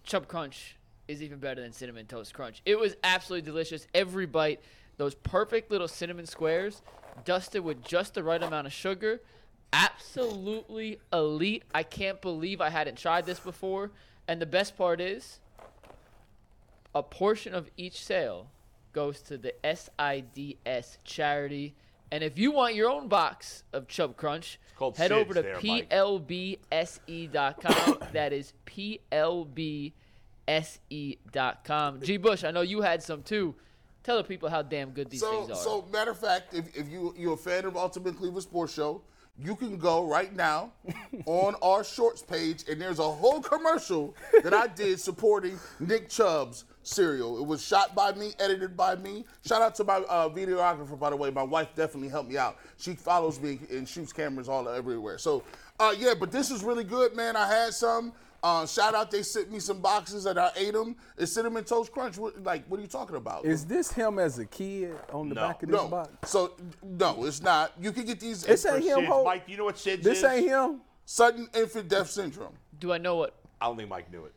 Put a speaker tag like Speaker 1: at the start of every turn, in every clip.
Speaker 1: Chub Crunch is even better than Cinnamon Toast Crunch. It was absolutely delicious. Every bite, those perfect little cinnamon squares, dusted with just the right amount of sugar. Absolutely elite. I can't believe I hadn't tried this before. And the best part is, a portion of each sale goes to the SIDS charity. And if you want your own box of Chub Crunch,
Speaker 2: called
Speaker 1: head over
Speaker 2: SIDS
Speaker 1: to
Speaker 2: there, Mike.
Speaker 1: plbse.com. E that is plbse.com. E G. Bush, I know you had some too. Tell the people how damn good these
Speaker 3: So,
Speaker 1: things are.
Speaker 3: so matter of fact, if, if you you're a fan of Ultimate Cleveland Sports Show, you can go right now on our shorts page, and there's a whole commercial that I did supporting Nick Chubb's cereal. It was shot by me, edited by me. Shout out to my uh, videographer, by the way. My wife definitely helped me out. She follows me and shoots cameras all everywhere. So, uh, yeah, but this is really good, man. I had some. Uh, shout out, they sent me some boxes and I ate them. It's cinnamon toast crunch. What, like, what are you talking about?
Speaker 4: Is this him as a kid on the
Speaker 2: No.
Speaker 4: back of this
Speaker 3: No.
Speaker 4: box?
Speaker 3: So no, it's not. You can get these
Speaker 4: This ain't him.
Speaker 2: Sid's.
Speaker 4: Ho-
Speaker 2: Mike, you know what Sid's
Speaker 4: this
Speaker 2: is?
Speaker 4: ain't him.
Speaker 3: sudden infant death syndrome.
Speaker 1: Do I know what
Speaker 2: I don't think Mike knew it.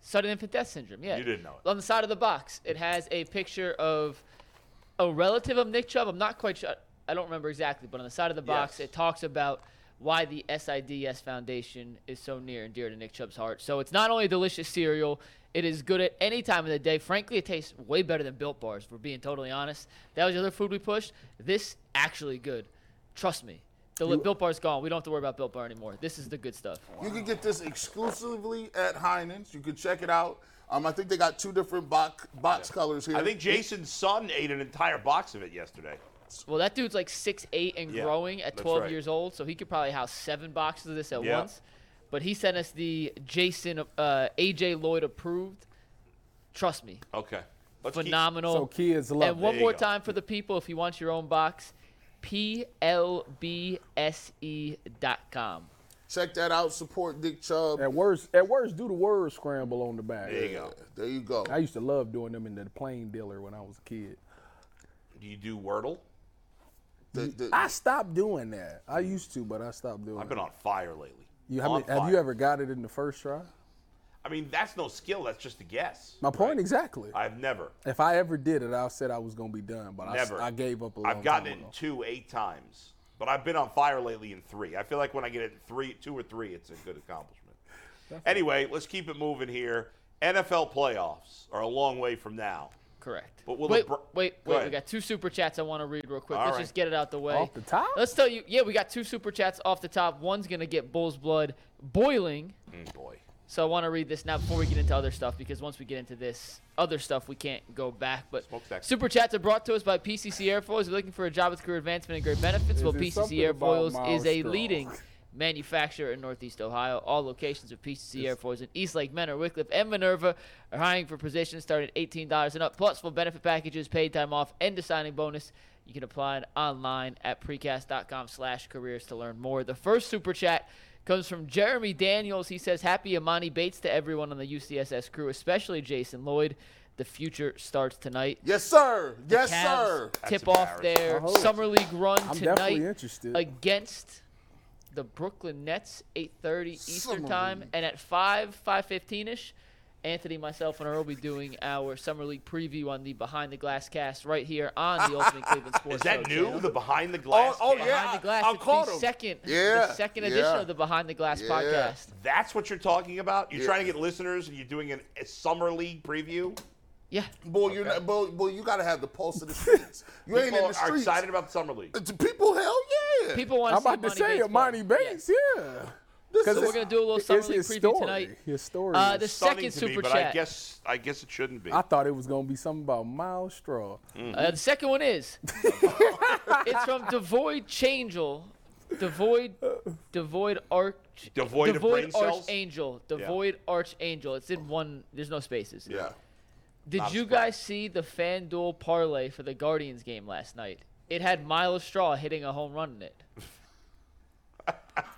Speaker 1: sudden infant death syndrome. Yeah,
Speaker 2: You didn't know it.
Speaker 1: On the side of the box, it has a picture of a relative of Nick Chubb. I'm not quite sure. I don't remember exactly, but on the side of the box,
Speaker 2: Yes.
Speaker 1: it talks about why the SIDS Foundation is so near and dear to Nick Chubb's heart. So it's not only a delicious cereal, it is good at any time of the day. Frankly, it tastes way better than Built Bars, if we're being totally honest. That was the other food we pushed. This actually good. Trust me. The Built Bar's gone. We don't have to worry about Built Bar anymore. This is the good stuff.
Speaker 3: You can get this exclusively at Heinen's. You can check it out. Um, I think they got two different box box colors here.
Speaker 2: I think Jason's son ate an entire box of it yesterday.
Speaker 1: Well, that dude's like six eight and
Speaker 2: Yeah,
Speaker 1: growing at
Speaker 2: that's
Speaker 1: 12
Speaker 2: right.
Speaker 1: years old, so he could probably house seven boxes of this at
Speaker 2: Yeah.
Speaker 1: once. But he sent us the Jason uh, AJ Lloyd approved. Trust me,
Speaker 2: Okay. Let's keep-
Speaker 1: phenomenal.
Speaker 4: So kids love
Speaker 1: and one
Speaker 2: There you
Speaker 1: more
Speaker 2: go.
Speaker 1: time for the people, if you want your own box, E plbse.com.
Speaker 3: check that out. Support Dick Chubb.
Speaker 4: it. At worst, at worst, do the word scramble on the back.
Speaker 2: there you go.
Speaker 3: There you go.
Speaker 4: I used to love doing them in the plain dealer when I was a kid.
Speaker 2: Do you do Wordle?
Speaker 3: The- the-
Speaker 4: I stopped doing that. I used to, but I stopped doing.
Speaker 2: I've been
Speaker 4: it.
Speaker 2: on fire lately.
Speaker 4: You, how
Speaker 2: On
Speaker 4: many- have
Speaker 2: fire.
Speaker 4: you ever got it in the first try?
Speaker 2: I mean, that's no skill. That's just a guess.
Speaker 4: My point exactly.
Speaker 2: I've never,
Speaker 4: if I ever did it, I said I was gonna be done, but I s-
Speaker 2: never.
Speaker 4: I, gave up a long
Speaker 2: I've gotten
Speaker 4: time
Speaker 2: it in
Speaker 4: ago.
Speaker 2: two, eight times, but I've been on fire lately in three. I feel like when I get it in three, two or three, it's a good accomplishment. Anyway, let's keep it moving here. NFL playoffs are a long way from now.
Speaker 1: Correct.
Speaker 2: But will
Speaker 1: wait,
Speaker 2: LeBron-
Speaker 1: wait,
Speaker 2: Go
Speaker 1: wait.
Speaker 2: ahead.
Speaker 1: We got two super chats I want to read real quick.
Speaker 2: All
Speaker 1: Let's
Speaker 2: right.
Speaker 1: just get it out the way.
Speaker 4: Off the top?
Speaker 1: Let's tell you. Yeah, we got two super chats off the top. One's gonna get Bull's blood boiling.
Speaker 2: Mm, boy.
Speaker 1: So I want to read this now before we get into other stuff because once we get into this other stuff, we can't go back. But
Speaker 2: Smokestack.
Speaker 1: super chats are brought to us by PCC Airfoils. If you're looking for a job with career advancement and great benefits, well,
Speaker 4: there
Speaker 1: PCC
Speaker 4: something about
Speaker 1: Airfoils is
Speaker 4: Miles
Speaker 1: a
Speaker 4: Straw?
Speaker 1: leading manufacturer in Northeast Ohio. All locations of PCC Airfoils in Eastlake, Menor, Wickliffe, and Minerva are hiring for positions starting at $18 and up, plus full benefit packages, paid time off, and a signing bonus. You can apply online at precast.com slash careers to learn more. The first super chat comes from Jeremy Daniels. He says, Happy Amani Bates to everyone on the UCSS crew, especially Jason Lloyd. The future starts tonight.
Speaker 3: yes, sir. Yes,
Speaker 1: Cavs
Speaker 3: sir.
Speaker 1: Tip off
Speaker 2: embarrassing.
Speaker 1: their
Speaker 4: I hope.
Speaker 1: summer league run
Speaker 4: I'm
Speaker 1: tonight
Speaker 4: definitely interested.
Speaker 1: against the Brooklyn Nets, 8:30 Eastern
Speaker 3: Summer
Speaker 1: time,
Speaker 3: league.
Speaker 1: and at 5, 5:15 ish, Anthony, myself, and Earl will be doing our summer league preview on the Behind the Glass cast right here on the Ultimate Cleveland Sports.
Speaker 2: Is that
Speaker 1: Show
Speaker 2: new?
Speaker 1: channel.
Speaker 2: The behind the glass.
Speaker 3: oh,
Speaker 2: cam?
Speaker 3: yeah.
Speaker 1: Behind the
Speaker 3: I-
Speaker 1: Glass.
Speaker 3: I
Speaker 1: it's
Speaker 3: caught
Speaker 1: the
Speaker 3: 'em.
Speaker 1: second,
Speaker 3: Yeah,
Speaker 1: the second
Speaker 3: yeah.
Speaker 1: edition of the Behind the Glass
Speaker 3: Yeah.
Speaker 1: podcast.
Speaker 2: That's what you're talking about. You're
Speaker 3: Yeah.
Speaker 2: trying to get listeners, and you're doing an, a summer league preview.
Speaker 1: Yeah,
Speaker 3: Boy, you're not, boy, boy, you gotta have the pulse of the streets. You ain't in
Speaker 2: People are
Speaker 3: the streets.
Speaker 2: excited about the summer league.
Speaker 3: It's people, hell yeah.
Speaker 1: people want
Speaker 4: I'm
Speaker 1: to see
Speaker 4: about to
Speaker 1: Monty Bates
Speaker 4: say Imani
Speaker 1: play. Yeah.
Speaker 4: Bates, yeah.
Speaker 3: This
Speaker 1: So
Speaker 3: is-
Speaker 1: we're gonna do a little
Speaker 4: It's
Speaker 1: summer league
Speaker 4: his
Speaker 1: preview
Speaker 4: story.
Speaker 1: tonight.
Speaker 4: His story.
Speaker 1: Uh,
Speaker 4: is-
Speaker 1: the
Speaker 2: Stunning
Speaker 1: second
Speaker 2: to me,
Speaker 1: super
Speaker 2: but
Speaker 1: chat.
Speaker 2: I guess I guess it shouldn't be.
Speaker 4: I thought it was gonna be something about Miles Straw.
Speaker 1: Uh, the second one is. it's from Devoid Changel. Devoid Devoid Arch
Speaker 2: Devoid of brain cells?
Speaker 1: Archangel. Devoid Archangel. It's in one there's no spaces.
Speaker 3: yeah.
Speaker 1: Did
Speaker 2: Not a
Speaker 1: you
Speaker 2: surprise.
Speaker 1: guys see the FanDuel parlay for the Guardians game last night? It had Miles Straw hitting a home run in it.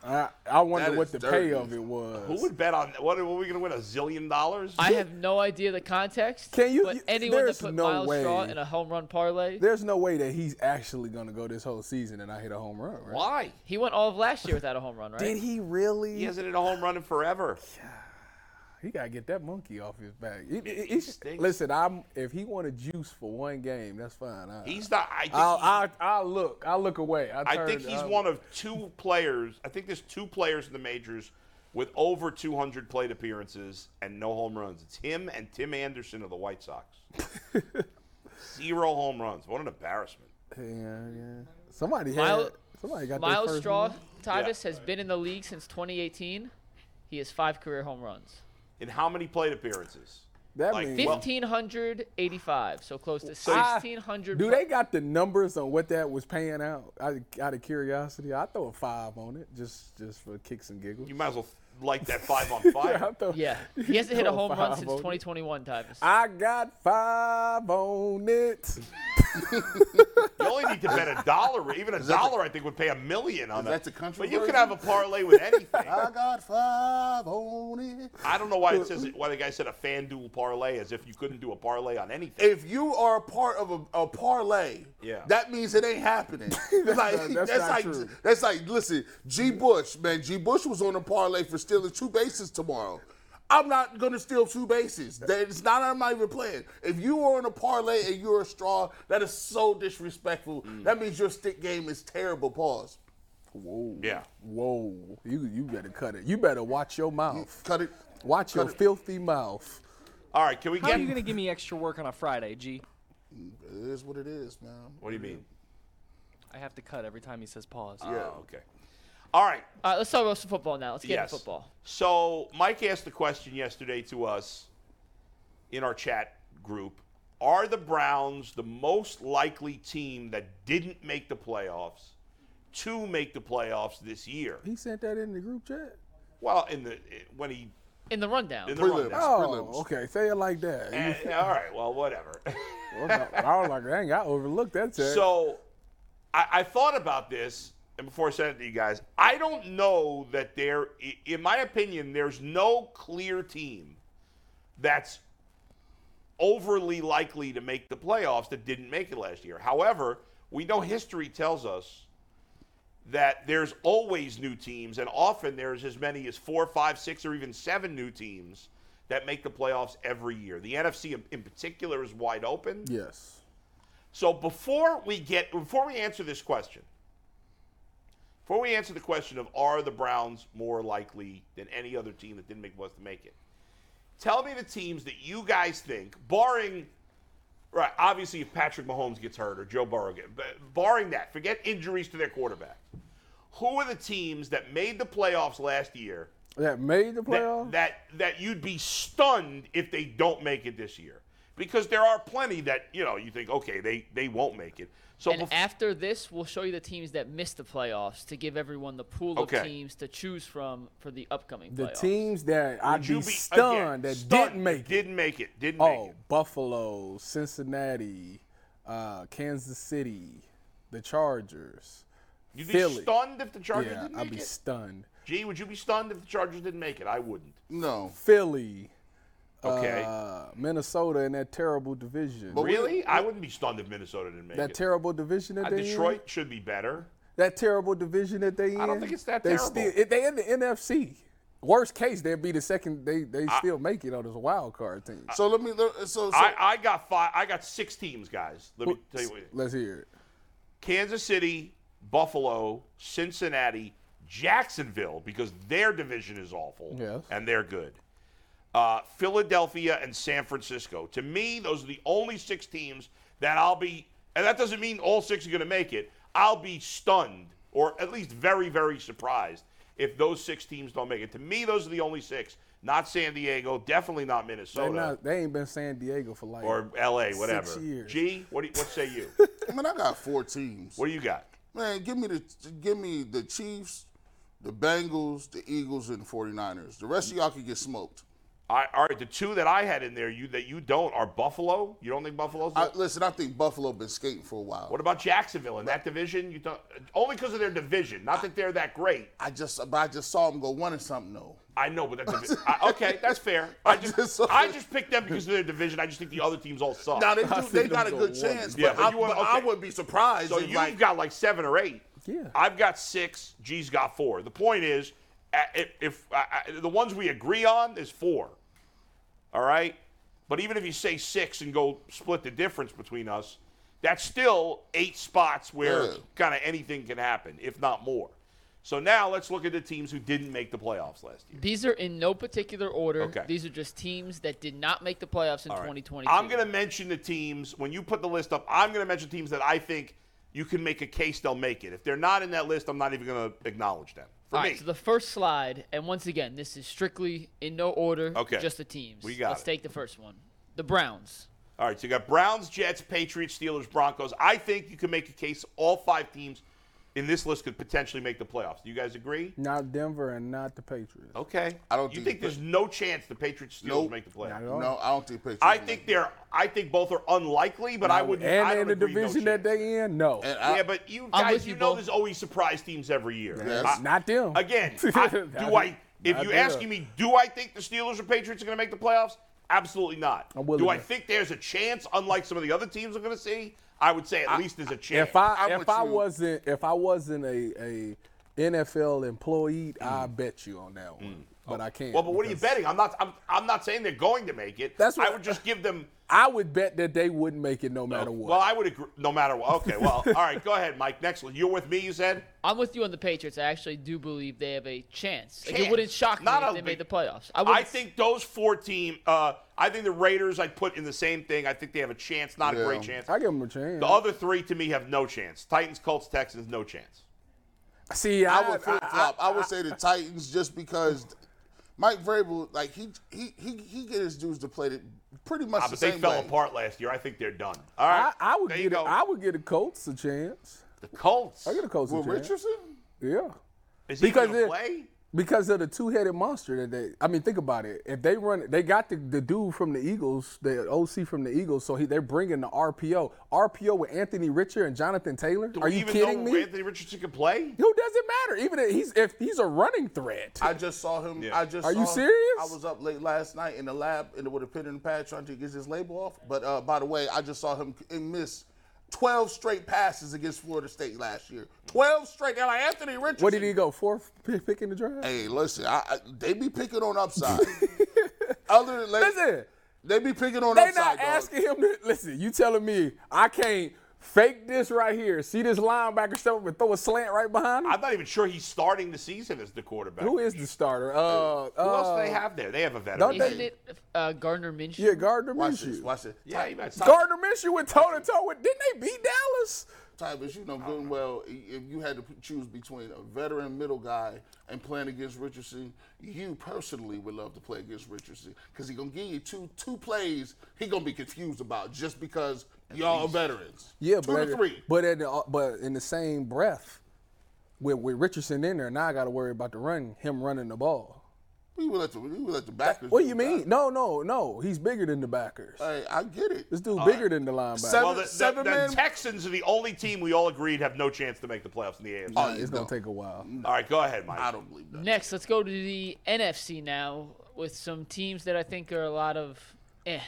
Speaker 4: I, I wonder
Speaker 3: That
Speaker 4: what
Speaker 3: is
Speaker 4: the
Speaker 3: dirty.
Speaker 4: pay of it was.
Speaker 2: Who would bet on what? Are we going to win a zillion dollars?
Speaker 1: I have no idea the context.
Speaker 4: Can you-
Speaker 1: But
Speaker 4: you-
Speaker 1: anyone that
Speaker 4: there's
Speaker 1: put
Speaker 4: no
Speaker 1: Miles Straw
Speaker 4: way.
Speaker 1: in a home run parlay,
Speaker 4: There's no way that he's actually gonna go this whole season and I hit a home run, right?
Speaker 2: Why?
Speaker 1: he went all of last year without a home run, right?
Speaker 4: Did he really?
Speaker 2: He hasn't hit a home run in forever.
Speaker 4: He gotta get that monkey off his back. He- he- he-
Speaker 2: stinks.
Speaker 4: listen, I'm if he want to juice for one game, that's fine. I,
Speaker 2: He's not. I think,
Speaker 4: I'll,
Speaker 2: he-
Speaker 4: I'll, I'll look. I'll look away. I,
Speaker 2: I think he's one of two players. I think there's two players in the majors with over 200 plate appearances and no home runs. It's him and Tim Anderson of the White Sox. Zero home runs. What an embarrassment.
Speaker 4: Yeah, yeah. Somebody
Speaker 1: Miles-
Speaker 4: had. Somebody got their
Speaker 1: Miles
Speaker 4: first
Speaker 1: Straw,
Speaker 4: one.
Speaker 1: Tyvis, has been in the league since 2018. He has five career home runs.
Speaker 2: In how many plate appearances?
Speaker 4: That
Speaker 2: Like,
Speaker 4: means.
Speaker 2: Well-
Speaker 1: 1,585, so close to
Speaker 4: I-
Speaker 1: 1,600.
Speaker 4: do they got the numbers on what that was paying out? I, out of curiosity, I throw a five on it just just for kicks and giggles.
Speaker 2: You might as well light that five on fire.
Speaker 4: I throw-
Speaker 1: Yeah. He hasn't hit a
Speaker 4: throw
Speaker 1: home run
Speaker 4: five Ah.
Speaker 1: since
Speaker 4: on it.
Speaker 1: 2021, Tyvis.
Speaker 4: I got five on it.
Speaker 2: You only need to bet a dollar. Even a dollar, I think, would pay a million on
Speaker 3: Is
Speaker 2: that.
Speaker 3: that the country
Speaker 2: But you
Speaker 3: version?
Speaker 2: could have a parlay with anything.
Speaker 3: I got five on it.
Speaker 2: I don't know why it says why the guy said a FanDuel parlay as if you couldn't do a parlay on anything.
Speaker 3: If you are a part of a, a parlay,
Speaker 2: Yeah.
Speaker 3: that means it ain't happening. It's like,
Speaker 4: not- that's not
Speaker 3: like
Speaker 4: true.
Speaker 3: that's like listen, G. Bush, man, G. Bush was on a parlay for stealing two bases tomorrow. I'm not gonna steal two bases. That- It's not. I'm not even playing. If you are on a parlay and you're a straw, that is so disrespectful.
Speaker 4: Mm.
Speaker 3: That means your stick game is terrible. Pause.
Speaker 4: Whoa.
Speaker 2: Yeah.
Speaker 4: Whoa. You you better cut it. You better watch your mouth.
Speaker 3: Cut it.
Speaker 4: Watch your
Speaker 3: it.
Speaker 4: filthy mouth.
Speaker 2: All right, can we
Speaker 5: How
Speaker 2: get?
Speaker 5: are you going to give me extra work on a Friday, G?
Speaker 3: It is what it is, man.
Speaker 2: what do you mean?
Speaker 5: I have to cut every time he says pause.
Speaker 2: Oh, okay. All right.
Speaker 1: All right, let's talk about some football now. Let's get
Speaker 2: yes.
Speaker 1: into football.
Speaker 2: So Mike asked the question yesterday to us in our chat group: Are the Browns the most likely team that didn't make the playoffs to make the playoffs this year?
Speaker 4: He sent that in the group chat.
Speaker 2: Well, in the when he
Speaker 1: In the rundown.
Speaker 2: in the
Speaker 3: Prelims.
Speaker 2: rundown.
Speaker 3: prelims.
Speaker 4: Oh, okay. Say it like that. You-
Speaker 2: Eh, all right. Well, whatever.
Speaker 4: I was like, dang, I overlooked that text.
Speaker 2: So I, I thought about this, and before I sent it to you guys, I don't know that there, i- in my opinion, there's no clear team that's overly likely to make the playoffs that didn't make it last year. However, we know history tells us that there's always new teams, and often there's as many as four, five, six, or even seven new teams that make the playoffs every year. The NFC in, in particular is wide open.
Speaker 4: yes.
Speaker 2: So before we get before we answer this question, before we answer the question of are the Browns more likely than any other team that didn't make was to make it, tell me the teams that you guys think, barring right, obviously if Patrick Mahomes gets hurt or Joe Burrow get, but barring that, forget injuries to their quarterback. Who are the teams that made the playoffs last year
Speaker 4: That made the playoff?
Speaker 2: that, that that you'd be stunned if they don't make it this year because there are plenty that you know you think okay they they won't make it so
Speaker 1: And
Speaker 2: bef-
Speaker 1: after this, we'll show you the teams that missed the playoffs to give everyone the pool of
Speaker 2: Okay.
Speaker 1: teams to choose from for the upcoming
Speaker 4: the
Speaker 1: playoffs.
Speaker 4: teams that I'd
Speaker 2: would
Speaker 4: be,
Speaker 2: you again,
Speaker 4: stunned that
Speaker 2: stunned
Speaker 4: didn't make it.
Speaker 2: didn't make it didn't make
Speaker 4: Oh,
Speaker 2: it
Speaker 4: Buffalo, Cincinnati, uh, Kansas City, the Chargers,
Speaker 2: you'd be
Speaker 4: Philly.
Speaker 2: stunned if the Chargers
Speaker 4: Yeah,
Speaker 2: didn't make
Speaker 4: I'd be
Speaker 2: it
Speaker 4: stunned.
Speaker 2: gee would you be stunned if the Chargers didn't make it I wouldn't
Speaker 3: No.
Speaker 4: Philly,
Speaker 2: okay
Speaker 4: uh, Minnesota in that terrible division.
Speaker 2: really I wouldn't be stunned if Minnesota didn't make
Speaker 4: That
Speaker 2: it
Speaker 4: terrible division that
Speaker 2: Uh,
Speaker 4: they
Speaker 2: Detroit should be better
Speaker 4: in. That terrible division that they in.
Speaker 2: don't think it's that
Speaker 4: they
Speaker 2: terrible.
Speaker 4: Still, it- they in the NFC. Worst case, they'd be the second. They they still make it on this wild card team.
Speaker 3: So let me. let- So, so
Speaker 2: I, I got five. I got six teams, guys. Let me tell you. What,
Speaker 4: Let's hear it.
Speaker 2: Kansas City, Buffalo, Cincinnati, Jacksonville, because their division is awful
Speaker 4: Yes.
Speaker 2: and they're good. Uh, Philadelphia and San Francisco. To me, those are the only six teams that I'll be, and that doesn't mean all six are going to make it. I'll be stunned or at least very, very surprised if those six teams don't make it. To me, those are the only six. Not San Diego, definitely not
Speaker 4: They,
Speaker 2: Minnesota
Speaker 4: not, they ain't been San Diego for like.
Speaker 2: uh, or LA, whatever.
Speaker 4: years.
Speaker 2: G, what, do you, what say you?
Speaker 3: I mean, I got four teams.
Speaker 2: what do you got?
Speaker 3: Man, give me the give me the Chiefs, the Bengals, the Eagles, and the 49ers. The rest of y'all can get smoked.
Speaker 2: I, all right, the two that I had in there, you that you don't are Buffalo. You don't think Buffalo's?
Speaker 3: I, listen, I think Buffalo been skating for a while.
Speaker 2: what about Jacksonville in that division? You don't only because of their division. Not that they're that great.
Speaker 3: I just, but I just saw them go one or something though.
Speaker 2: I know, but that's divi- I, okay. That's fair. I just
Speaker 3: just-
Speaker 2: I just picked them because of their division. I just think the other teams all suck.
Speaker 3: Now they, do,
Speaker 4: think
Speaker 3: they got a
Speaker 4: them
Speaker 3: good
Speaker 4: go one.
Speaker 3: chance,
Speaker 2: Yeah,
Speaker 3: but,
Speaker 2: but
Speaker 3: I,
Speaker 2: you want-
Speaker 3: but I
Speaker 2: okay.
Speaker 3: wouldn't be surprised.
Speaker 2: so
Speaker 3: if,
Speaker 2: you've
Speaker 3: like,
Speaker 2: got like seven or eight.
Speaker 4: Yeah.
Speaker 2: I've got six. G's got four. The point is, uh, if, if I I- the ones we agree on is four, all right. But even if you say six and go split the difference between us, that's still eight spots where
Speaker 3: Yeah.
Speaker 2: kind of anything can happen, if not more. So now let's look at the teams who didn't make the playoffs last year.
Speaker 1: These are in no particular order.
Speaker 2: Okay.
Speaker 1: These are just teams that did not make the playoffs in 2022.
Speaker 2: I'm going to mention the teams when you put the list up. I'm going to mention teams that I think you can make a case they'll make it. If they're not in that list, I'm not even going to acknowledge them. For
Speaker 1: All
Speaker 2: me,
Speaker 1: right, so the first slide, and once again, this is strictly in no order.
Speaker 2: Okay.
Speaker 1: Just the teams.
Speaker 2: We got
Speaker 1: Let's
Speaker 2: it.
Speaker 1: take the first one. The Browns.
Speaker 2: All right, so you got Browns, Jets, Patriots, Steelers, Broncos. I think you can make a case all five teams in this list could potentially make the playoffs. Do you guys agree?
Speaker 4: Not Denver and not the Patriots.
Speaker 2: Okay.
Speaker 3: I don't
Speaker 2: You
Speaker 3: think-
Speaker 2: think, there's no chance the Patriots Steelers
Speaker 3: Nope.
Speaker 2: make the playoffs?
Speaker 4: Not at all.
Speaker 3: No, I don't think Patriots.
Speaker 2: I
Speaker 3: will
Speaker 2: think
Speaker 3: make it.
Speaker 2: they're. I think both are unlikely, but I would.
Speaker 4: And
Speaker 2: I don't
Speaker 4: in the
Speaker 2: agree, no
Speaker 4: division that
Speaker 2: chance. Uh,
Speaker 4: they in, no.
Speaker 3: And I,
Speaker 2: yeah, but you
Speaker 1: I'm
Speaker 2: guys,
Speaker 1: with
Speaker 2: you
Speaker 1: you,
Speaker 2: know,
Speaker 1: Bo.
Speaker 2: there's always surprise teams every year.
Speaker 3: Yes.
Speaker 2: I-
Speaker 4: not them.
Speaker 2: Again, I, do I? If
Speaker 4: Not
Speaker 2: you're
Speaker 4: them.
Speaker 2: asking me, do I think the Steelers or Patriots are going to make the playoffs? Absolutely not.
Speaker 4: I'm willing
Speaker 2: Do I
Speaker 4: to-
Speaker 2: think there's a chance? Unlike some of the other teams we're going to see, I would say at least there's a chance.
Speaker 4: If I
Speaker 3: I'm
Speaker 4: if
Speaker 3: with
Speaker 4: I
Speaker 3: you.
Speaker 4: wasn't if I wasn't a, a NFL employee, I bet you on that one. But I can't.
Speaker 2: Mm. Oh. well, but what are you
Speaker 4: because
Speaker 2: betting? I'm not. I'm, I'm not saying they're going to make it.
Speaker 4: That's
Speaker 2: I
Speaker 4: what-
Speaker 2: would just give them.
Speaker 4: I would bet that they wouldn't make it no matter what.
Speaker 2: Well, I would agree. No matter what. Okay. Well, all right. Go ahead, Mike. Next one. You're with me. You said.
Speaker 1: I'm with you on the Patriots. I actually do believe they have a chance. Like,
Speaker 2: Chance.
Speaker 1: it wouldn't shock
Speaker 2: Not a
Speaker 1: me if they
Speaker 2: big-
Speaker 1: made the playoffs.
Speaker 2: I
Speaker 1: I, wouldn't-
Speaker 2: think those four team. Uh, I think the Raiders. I put in the same thing. I think they have a chance. Not a
Speaker 3: Yeah.
Speaker 2: great chance.
Speaker 4: I give them a chance.
Speaker 2: The other three to me have no chance. Titans, Colts, Texans, no chance.
Speaker 4: See, I,
Speaker 3: I would flip flop. I, would say the Titans just because Mike Vrabel, like he he he he get his dudes to play it pretty much
Speaker 2: Ah,
Speaker 3: the
Speaker 2: but they
Speaker 3: same
Speaker 2: fell
Speaker 3: way.
Speaker 2: apart last year. I think they're done. All right.
Speaker 4: I, I would
Speaker 2: there
Speaker 4: get
Speaker 2: you
Speaker 4: it,
Speaker 2: go.
Speaker 4: I would get the Colts a chance.
Speaker 2: the Colts.
Speaker 4: I get the Colts
Speaker 3: With
Speaker 4: a chance.
Speaker 3: Richardson,
Speaker 4: Yeah.
Speaker 2: Is he
Speaker 4: because
Speaker 2: going to
Speaker 4: it-
Speaker 2: play?
Speaker 4: Because of the two-headed monster that they, I mean, think about it. If they run, they got the, the dude from the Eagles, the OC from the Eagles, so he, they're bringing the RPO, RPO with Anthony Richard and Jonathan Taylor.
Speaker 2: Do
Speaker 4: Are
Speaker 2: we
Speaker 4: you
Speaker 2: even
Speaker 4: kidding
Speaker 2: know
Speaker 4: me?
Speaker 2: Anthony Richardson can play?
Speaker 4: Who does it matter? Even if he's if he's a running threat.
Speaker 3: I just saw him.
Speaker 2: Yeah.
Speaker 3: I just.
Speaker 4: Are you
Speaker 3: saw-
Speaker 4: serious?
Speaker 3: I was up late last night in the lab and with a pin and pad trying to get his label off. But uh, by the way, I just saw him and miss twelve straight passes against Florida State last year. Twelve straight. They're like Anthony Richardson.
Speaker 4: what did he go fourth pick, pick in the draft?
Speaker 3: Hey, listen, I, I, they be picking on upside. Other than
Speaker 4: Listen,
Speaker 3: they be picking on
Speaker 4: they
Speaker 3: upside.
Speaker 4: not
Speaker 3: dog.
Speaker 4: asking him. To, listen, you telling me I can't fake this right here? See this linebacker step up and throw a slant right behind him?
Speaker 2: I'm not even sure he's starting the season as the quarterback.
Speaker 4: Who is the starter?
Speaker 2: Who
Speaker 4: Uh,
Speaker 2: else do
Speaker 4: uh,
Speaker 2: they have there? They have a
Speaker 4: don't
Speaker 2: veteran.
Speaker 4: they-
Speaker 1: Isn't it uh, Gardner Minshew?
Speaker 4: Yeah, Gardner
Speaker 3: Watch this.
Speaker 4: Minshew.
Speaker 3: Watch this.
Speaker 2: yeah, you might
Speaker 4: Gardner Minshew went toe to toe with. Didn't they beat Dallas?
Speaker 3: Tyvus, you know good and well, i- if you had to p- choose between a veteran middle guy and playing against Richardson, you personally would love to play against Richardson because he gonna give you two two plays he gonna be confused about just because y'all are veterans.
Speaker 4: Yeah,
Speaker 3: two
Speaker 4: but
Speaker 3: to three.
Speaker 4: but in the, uh, but in the same breath, with with Richardson in there, now I got to worry about the run, him running the ball.
Speaker 3: we would let the we would let the backers.
Speaker 4: What do
Speaker 3: do
Speaker 4: you
Speaker 3: that.
Speaker 4: mean? No, no, no. He's bigger than the backers.
Speaker 3: Hey, I get it.
Speaker 4: This dude bigger than the linebacker.
Speaker 2: Well, the, the-
Speaker 3: Uh, Seven
Speaker 2: the
Speaker 3: man-
Speaker 2: Texans are the only team we all agreed have no chance to make the playoffs in the AFC.
Speaker 3: Oh,
Speaker 4: it's gonna take a while.
Speaker 3: Mm.
Speaker 2: all right, go ahead, Mike.
Speaker 3: I don't believe that.
Speaker 1: Next, let's go to the NFC now with some teams that I think are a lot of eh.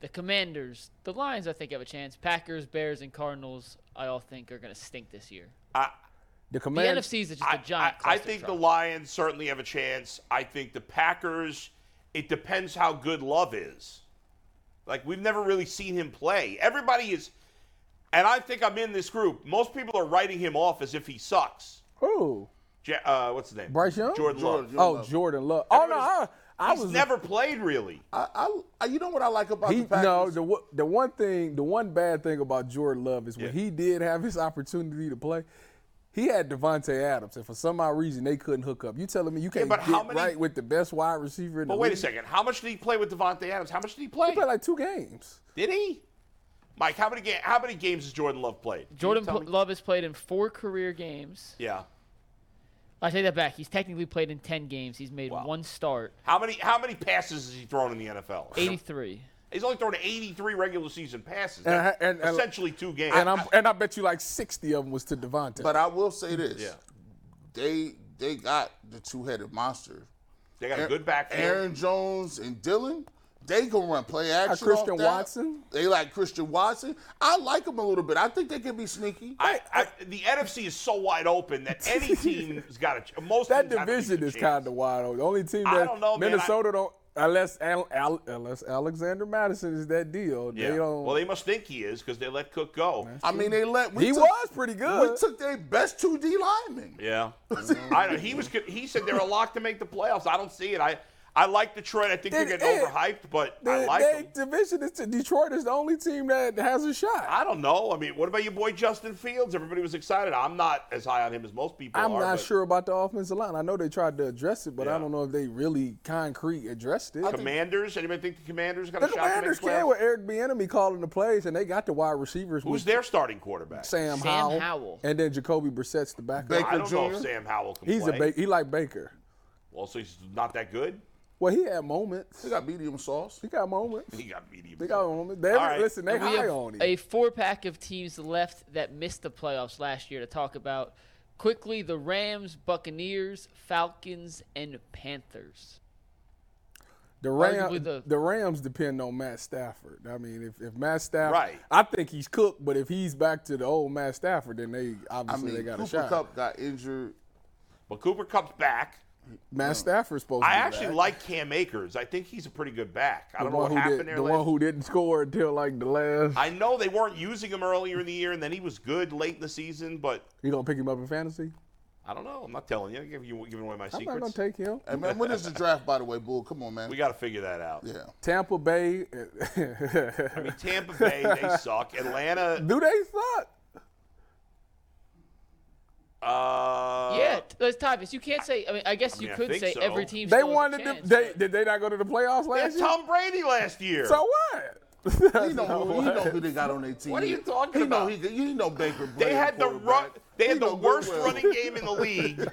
Speaker 1: The Commanders, the Lions, I think have a chance. Packers, Bears, and Cardinals, I all think are going to stink this year.
Speaker 2: I-
Speaker 4: The
Speaker 1: The
Speaker 4: command.
Speaker 1: NFC is just
Speaker 2: I,
Speaker 1: a giant.
Speaker 2: I, I
Speaker 1: cluster
Speaker 2: think the
Speaker 1: truck.
Speaker 2: Lions certainly have a chance. I think the Packers, it depends how good Love is. Like, we've never really seen him play. Everybody is, and I think I'm in this group. Most people are writing him off as if he sucks.
Speaker 4: Who?
Speaker 2: Ja- uh, what's his name?
Speaker 4: Bryce Young?
Speaker 2: Jordan Love.
Speaker 3: Jordan.
Speaker 4: Oh, Jordan Love. Oh no, I,
Speaker 2: Everybody's-
Speaker 4: I
Speaker 2: He's
Speaker 4: was
Speaker 2: never played really.
Speaker 3: I, I, you know what I like about
Speaker 4: He,
Speaker 3: the Packers?
Speaker 4: no, the wo- the one thing, the one bad thing about Jordan Love is when he did have his opportunity to play, he had Devonte Adams, and for some odd reason they couldn't hook up. You telling me you can't
Speaker 2: but
Speaker 4: get
Speaker 2: how many-
Speaker 4: right with the best wide receiver in
Speaker 2: But
Speaker 4: the
Speaker 2: wait a
Speaker 4: league?
Speaker 2: second. How much did he play with Devontae Adams? How much did he play?
Speaker 4: He played like two games.
Speaker 2: Did he? Mike, how many ga- how many games has Jordan Love played? Can you
Speaker 1: Jordan
Speaker 2: tell
Speaker 1: Pl-
Speaker 2: me?
Speaker 1: Love has played in four career games.
Speaker 2: Yeah.
Speaker 1: I take that back. He's technically played in ten games. He's made one start.
Speaker 2: How many how many passes has he thrown in the NFL?
Speaker 1: Eighty-three.
Speaker 2: He's only thrown 83 regular season passes.
Speaker 4: And I-
Speaker 2: That's
Speaker 4: and- and-
Speaker 2: essentially two games.
Speaker 4: And I'm and I bet you like sixty of them was to Devonte.
Speaker 3: But I will say this:
Speaker 2: Yeah.
Speaker 3: they they got the two-headed monster.
Speaker 2: they got a good backfield.
Speaker 3: Aaron Jones and Dylan, they can run play action.
Speaker 4: Christian
Speaker 3: off that.
Speaker 4: Watson?
Speaker 3: They like Christian Watson. I like him a little bit. I think they can be sneaky.
Speaker 2: I, I, the NFC is so wide open that any team's got a ch- most
Speaker 4: that
Speaker 2: teams have a
Speaker 4: division
Speaker 2: decent
Speaker 4: is
Speaker 2: chance.
Speaker 4: kind of wide open. The only team that
Speaker 2: I don't know, man. I-
Speaker 4: Minnesota don't unless Al, Al, unless Alexander Madison is that deal.
Speaker 2: Yeah.
Speaker 4: They don't.
Speaker 2: well, they must think he is because they let Cook go.
Speaker 3: I mean, they let we
Speaker 4: he
Speaker 3: took,
Speaker 4: was pretty good.
Speaker 3: We took their best two D linemen.
Speaker 2: Yeah, I don't, he was. good- He said they're a lock to make the playoffs. I don't see it. I I like Detroit. I think they're
Speaker 4: Then
Speaker 2: getting
Speaker 4: it-
Speaker 2: overhyped, but I
Speaker 4: They-
Speaker 2: like
Speaker 4: they
Speaker 2: them.
Speaker 4: division is to Detroit is the only team that has a shot.
Speaker 2: I don't know. I mean, what about your boy Justin Fields? Everybody was excited. I'm not as high on him as most people
Speaker 4: I'm
Speaker 2: are.
Speaker 4: not
Speaker 2: but
Speaker 4: sure about the offensive line. I know they tried to address it, but
Speaker 2: Yeah.
Speaker 4: I don't know if they really concrete addressed it.
Speaker 2: Commanders. Anybody think the Commanders got
Speaker 4: the
Speaker 2: a shot? to make
Speaker 4: Commanders
Speaker 2: playoffs?
Speaker 4: can with Eric Bieniemy calling the plays, and they got the wide receivers.
Speaker 2: Who's
Speaker 4: with
Speaker 2: their starting quarterback?
Speaker 4: Sam,
Speaker 1: Sam
Speaker 4: Howell,
Speaker 1: Howell.
Speaker 4: and then Jacoby Brissett's the backup.
Speaker 3: Baker
Speaker 2: I don't know if
Speaker 3: Jr.?
Speaker 2: Sam Howell can
Speaker 4: He's
Speaker 2: play.
Speaker 4: a ba- he like Baker.
Speaker 2: Well, so he's not that good.
Speaker 4: Well, he had moments.
Speaker 3: They got medium sauce.
Speaker 4: He got moments.
Speaker 2: He got medium.
Speaker 4: They got moments. They
Speaker 2: right.
Speaker 4: listen. They
Speaker 1: And we
Speaker 4: high
Speaker 1: have
Speaker 4: on him.
Speaker 1: a four pack of teams left that missed the playoffs last year to talk about quickly the Rams, Buccaneers, Falcons, and Panthers.
Speaker 4: The Rams,
Speaker 1: Arguably the-
Speaker 4: the Rams depend on Matt Stafford. I mean, if, if Matt Stafford,
Speaker 2: Right.
Speaker 4: I think he's cooked. But if he's back to the old Matt Stafford, then they
Speaker 3: I
Speaker 4: obviously
Speaker 3: mean,
Speaker 4: they got
Speaker 3: Cooper
Speaker 4: a shot.
Speaker 3: Cup got injured.
Speaker 2: But Cooper Cup's back.
Speaker 4: Matt Stafford's supposed
Speaker 2: I
Speaker 4: to be
Speaker 2: actually
Speaker 4: back.
Speaker 2: like Cam Akers. I think he's a pretty good back. I
Speaker 4: the
Speaker 2: don't know what
Speaker 4: one who
Speaker 2: happened
Speaker 4: did,
Speaker 2: there.
Speaker 4: the
Speaker 2: last-
Speaker 4: one who didn't score until like the last.
Speaker 2: I know they weren't using him earlier in the year, and then he was good late in the season. But
Speaker 4: You gonna pick him up in fantasy?
Speaker 2: I don't know. I'm not telling you. I'm giving, you, giving away my
Speaker 4: I'm not
Speaker 2: secrets.
Speaker 4: gonna take him.
Speaker 3: Hey man, when is the draft? By the way, Bull, come on, man.
Speaker 2: we got to figure that out.
Speaker 3: yeah.
Speaker 4: Tampa Bay.
Speaker 2: I mean, Tampa Bay, they suck. Atlanta,
Speaker 4: Do they suck?
Speaker 2: uh,
Speaker 1: yeah, t- that's Tyvus. You can't say. I mean, I guess you
Speaker 2: mean, I
Speaker 1: could
Speaker 2: think
Speaker 1: say
Speaker 2: so.
Speaker 1: every team.
Speaker 4: They
Speaker 1: still has a
Speaker 4: wanted. To,
Speaker 1: chance,
Speaker 4: they
Speaker 1: but-
Speaker 4: did they not go to the playoffs
Speaker 2: they
Speaker 4: last
Speaker 2: had
Speaker 4: year?
Speaker 2: Tom Brady last year.
Speaker 4: so what?
Speaker 3: He know, who, he know who they got on their team.
Speaker 2: What are you talking
Speaker 3: he
Speaker 2: about?
Speaker 3: Know he, could- he know Baker.
Speaker 2: They
Speaker 3: Mayfield
Speaker 2: had the run,
Speaker 3: quarterback.
Speaker 2: they
Speaker 3: He
Speaker 2: had the
Speaker 3: know good
Speaker 2: worst
Speaker 3: well.
Speaker 2: running game in the league,